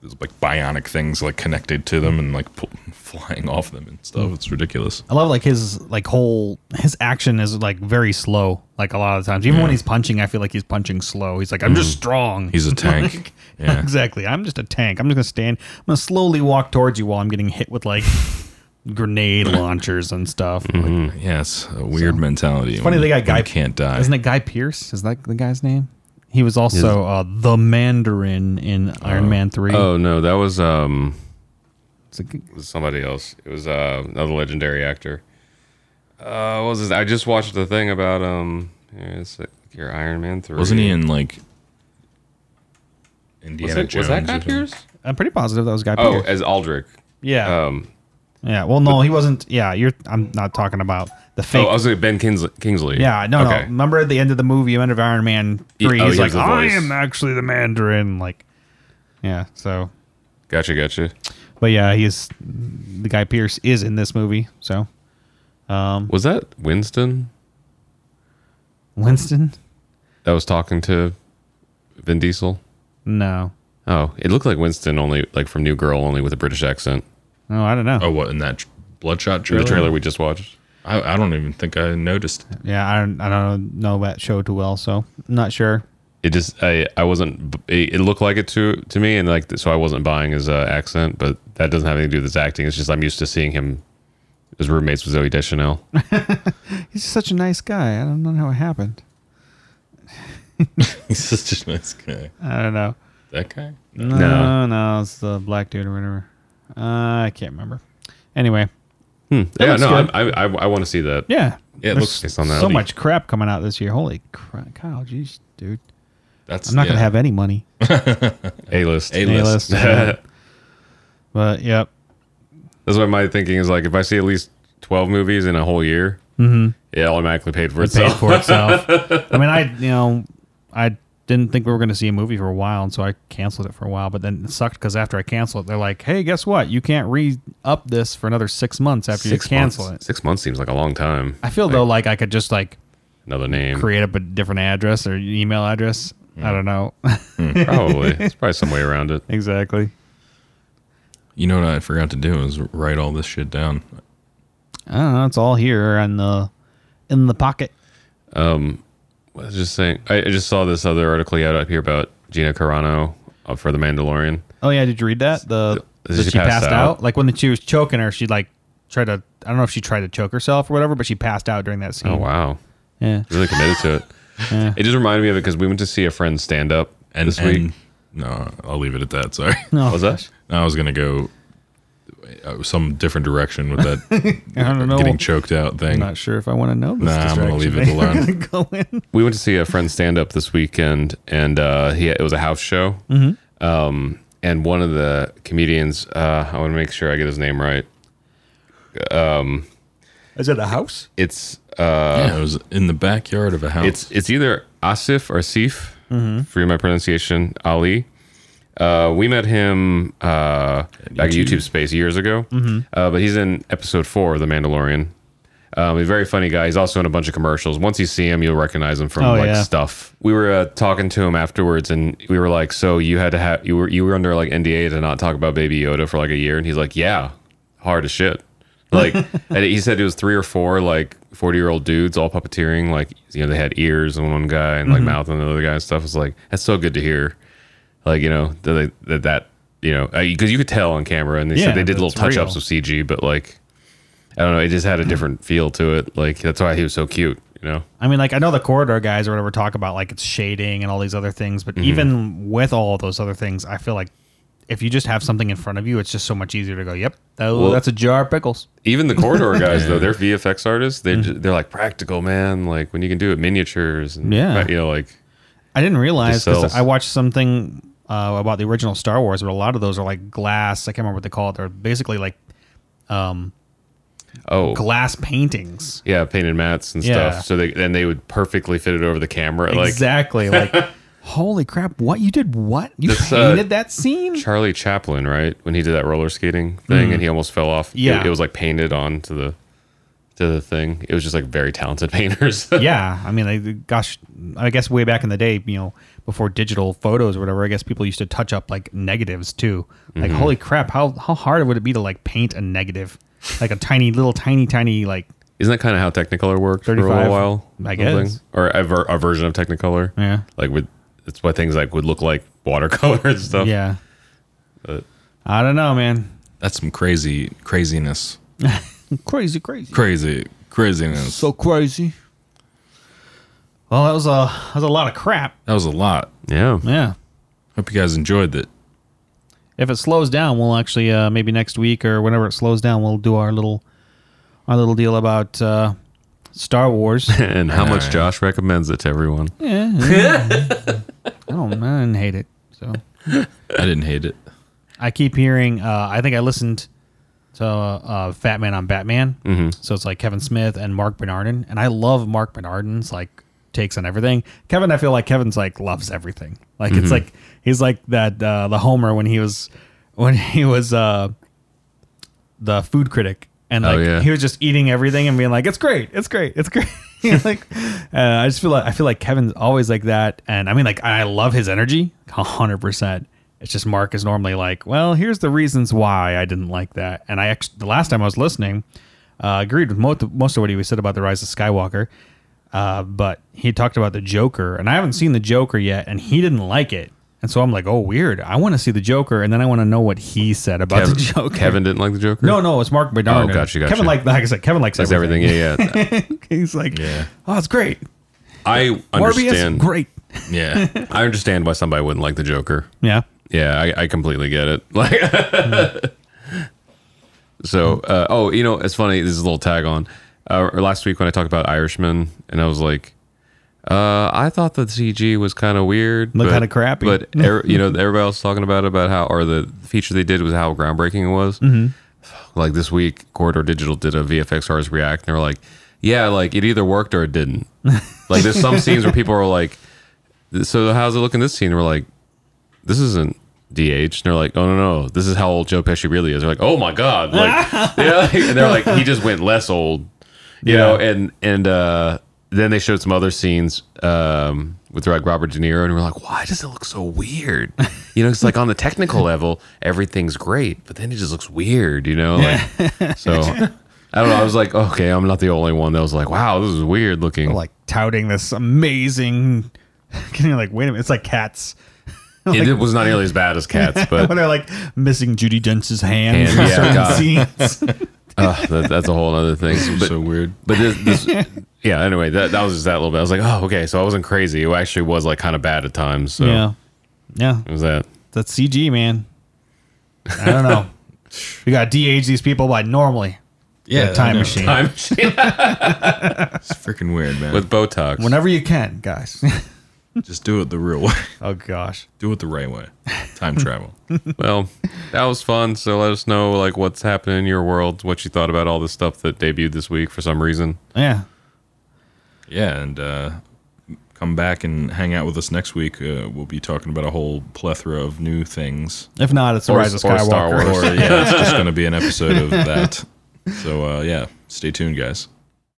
there's like bionic things like connected to them and like pull, flying off them and stuff. Mm. It's ridiculous. I love like his like whole his action is like very slow. Like a lot of times, even when he's punching, I feel like he's punching slow. He's like, I'm Hmm. just strong. He's a tank. yeah. Exactly. I'm just a tank. I'm just gonna stand. I'm gonna slowly walk towards you while I'm getting hit with like grenade launchers and stuff. Like, Yeah, it's a weird mentality. funny when- they got when Guy- you can't die. isn't it Guy Pierce? Is that the guy's name? He was also uh, the Mandarin in Iron Man Three. Oh no, that was um It's a g- was somebody else. It was uh, another legendary actor. Uh, what was this? I just watched the thing about um. Here, it's like your Iron Man three. Wasn't he in like Indiana Was, it, Jones? was that or Guy something? Pierce? I'm pretty positive that was Guy Oh, Pearce. as Aldrich. yeah, Um. yeah. Well, no, he wasn't. Yeah, you're. I'm not talking about the fake. Oh, I was like Ben Kingsley. Kingsley. yeah, no, no. Okay. Remember at the end of the movie, end of Iron Man He- three, oh, he's he like, has a "I voice. am actually the Mandarin." Like, yeah. So, Gotcha, gotcha. but yeah, he's the Guy Pierce is in this movie. So, Um, Was that Winston Winston, that was talking to Vin Diesel? no, Oh, it looked like Winston only like from New Girl, only with a British accent. no, I don't know. Oh, what in that tr- Bloodshot The trailer? trailer we just watched. I, I don't even think I noticed. Yeah, I don't. I don't know that show too well, so I'm not sure. It just I I wasn't. It, it looked like it to to me, and like so I wasn't buying his uh, accent, but that doesn't have anything to do with his acting. It's just I'm used to seeing him as roommates with Zoe Deschanel. Hmm. He's such a nice guy. I don't know how it happened. He's such a nice guy. I don't know. That guy? No, no, it's the black dude or whatever. Uh, I can't remember. Anyway, Hmm. Yeah, looks no, good. I I, I, I want to see that. yeah, Yeah, it There's looks- Based on that, so I'll be- much crap coming out this year. Holy crap, Kyle, jeez, dude, That's I'm not gonna yeah. have any money. A A A-list. list. list. Yeah. but yep, That's why my thinking is like if I see at least twelve movies in a whole year, it automatically paid for Mm-hmm. it paid itself. for itself. I mean, I you know, I didn't think we were going to see a movie for a while, and so I canceled it for a while. But then it sucked because after I canceled it, they're like, "Hey, guess what? You can't re-up this for another six months after you cancel months. it." Six months seems like a long time. I feel though like I could just like Another name, create up a different address or email address. I don't know probably. There's probably some way around it. exactly. You know what I forgot to do is write all this shit down. I don't know. It's all here in the in the pocket. I was just saying. I I just saw this other article you had up here about Gina Carano uh, for The Mandalorian. Oh yeah, did you read that? The Is that she, she passed, passed out? out? Like when she was choking her, she like tried to. I don't know if she tried to choke herself or whatever, but she passed out during that scene. Mm. Oh wow, Yeah. really committed to it. It just reminded me of it because we went to see a friend stand up And, this week. and- no, I'll leave it at that. Sorry. No. What was that? I was gonna go uh, some different direction with that I don't know. getting choked out thing. I'm not sure if I want to know this. Nah, I'm gonna leave it alone. Go in. we went to see a friend stand up this weekend, and uh, he it was a house show. Um, and one of the comedians, uh, I want to make sure I get his name right. Is it a house? It's uh, yeah, it was in the backyard of a house. it's it's either Asif or Sif. Forgive my pronunciation. Ali. Uh, we met him uh, back at YouTube. YouTube Space years ago, uh, but he's in episode four of The Mandalorian. Um, he's a very funny guy. He's also in a bunch of commercials. Once you see him, you'll recognize him from Oh, like yeah. stuff. We were uh, talking to him afterwards, and we were like, "So you had to have you were you were under like NDA to not talk about Baby Yoda for like a year?" And he's like, "Yeah, hard as shit." Like, and he said it was three or four like forty year old dudes all puppeteering. Like, you know, they had ears on one guy and like Mm-hmm. mouth on the other guy and stuff. It's like that's so good to hear. Like, you know, that that, that you know, because you could tell on camera, and they Yeah, said they did little that's touch ups real. of CG, but like. I don't know. It just had a different feel to it. Like that's why he was so cute, you know. I mean, like I know the corridor guys or whatever talk about like it's shading and all these other things, but even with all those other things, I feel like if you just have something in front of you, it's just so much easier to go. Yep, that, that's a jar of pickles. Even the corridor guys though, they're VFX artists. They Mm. ju- they're like practical, man. Like when you can do it miniatures and Yeah. you know, like I didn't realize Just 'cause sells. I watched something uh, about the original Star Wars, but a lot of those are like glass. I can't remember what they call it. They're basically like oh glass paintings. yeah, painted mats and Yeah. stuff. So they then they would perfectly fit it over the camera. Like exactly. Like, holy crap! What you did? What you This, uh, painted that scene? Charlie Chaplin, right? When he did that roller skating thing and he almost fell off. It- Mm. Yeah. It, was like painted on to the to the thing. It was just like very talented painters. yeah, I mean, I, gosh, I guess way back in the day, you know, before digital photos or whatever, I guess people used to touch up like negatives too. Like, holy crap! How how hard would it be to like paint a negative, like a tiny little tiny tiny like Isn't that kind of how Technicolor worked for a 35, little while? I Something? guess. Or a, ver- a version of Technicolor. Yeah. Like with it's why things like would look like watercolor and stuff. yeah. I don't know, man. That's some crazy craziness. Crazy, crazy. Crazy craziness. crazy. Well, that was a that was a lot of crap. that was a lot. Yeah. Yeah. Hope you guys enjoyed that. if it slows down, we'll actually uh, maybe next week or whenever it slows down, we'll do our little our little deal about uh, Star Wars. I and how much Alright. Josh recommends it to everyone. don't. I didn't hate it. So I didn't hate it. I keep hearing. Uh, I think I listened to uh, uh, Fat Man on Batman. Mm-hmm. So it's like Kevin Smith and Mark Bernardin, and I love Mark Bernardin's like takes on everything. Kevin, I feel like Kevin's like loves everything. Like it's like he's like that uh, the Homer when he was when he was uh, the food critic. And Oh, like yeah. he was just eating everything and being like, "It's great, it's great, it's great." like, uh, I just feel like I feel like Kevin's always like that, and I mean, like, I love his energy, hundred percent. It's just Mark is normally like, "Well, here's the reasons why I didn't like that," and I actually the last time I was listening, uh, agreed with most most of what he said about the rise of Skywalker, uh, but he talked about the Joker, and I haven't seen the Joker yet, and he didn't like it. And so I'm like, oh, weird. I want to see the Joker, and then I want to know what he said about Kevin, Oh, the Joker. Kevin didn't like the Joker. No, no, it's Mark Bernard. Oh, gotcha, gotcha. Kevin like like I said, Kevin likes That's everything. everything. Yeah, yeah. He's like, Yeah. oh, it's great. I Morbius, understand. great. Yeah. I understand why somebody wouldn't like the Joker. Yeah, Yeah, I, I completely get it. Like, so uh, oh, you know, it's funny. This is a little tag on. Uh, last week when I talked about Irishman, and I was like, uh, I thought the CG was kind of weird, Looked but- kinda crappy. But er, you know, everybody else talking about about how or the feature they did was how groundbreaking it was. Mm-hmm. Like this week, Corridor Digital did a VFX artist react, and they were like, "Yeah, like it either worked or it didn't." like there's some scenes where people are like, "So how's it look in this scene?" And we're like, this isn't DH. And they're like, oh, no, no, this is how old Joe Pesci really is. They're like, oh my God. Like, yeah, like- and they're like, he just went less old, you know? And, and, uh, then they showed some other scenes, um, with like Robert De Niro and we're like, why does it look so weird? You know, it's like on the technical level, everything's great, but then it just looks weird, you know? Like, so I don't know. I was like, okay, I'm not the only one that was like, wow, this is weird looking. like touting this amazing. Can you like wait a minute? It's like cats it, it was not nearly as bad as cats, but when they're like missing Judy Dench's hand. Hand, yeah, yeah, scenes. uh, that, that's a whole other thing. But- so weird. But this, this yeah. Anyway, that, that was just that little bit. I was like, oh, okay. So I wasn't crazy. It actually was like kind of bad at times. So yeah, yeah. it was that. That's CG, man. I don't know. We got to de-age these people by normally. Yeah. The time I know. machine. Time machine It's freaking weird, man. with Botox. Whenever you can, guys. Just do it the real way. oh gosh. Do it the right way. Time travel. well, that was fun. So let us know like what's happening in your world, what you thought about all this stuff that debuted this week for some reason. Yeah. Yeah, and uh, come back and hang out with us next week. Uh, we'll be talking about a whole plethora of new things. If not, it's the Or- Rise of or Skywalker. Star Wars. Or yeah, it's just going to be an episode of that. So uh, yeah, stay tuned, guys.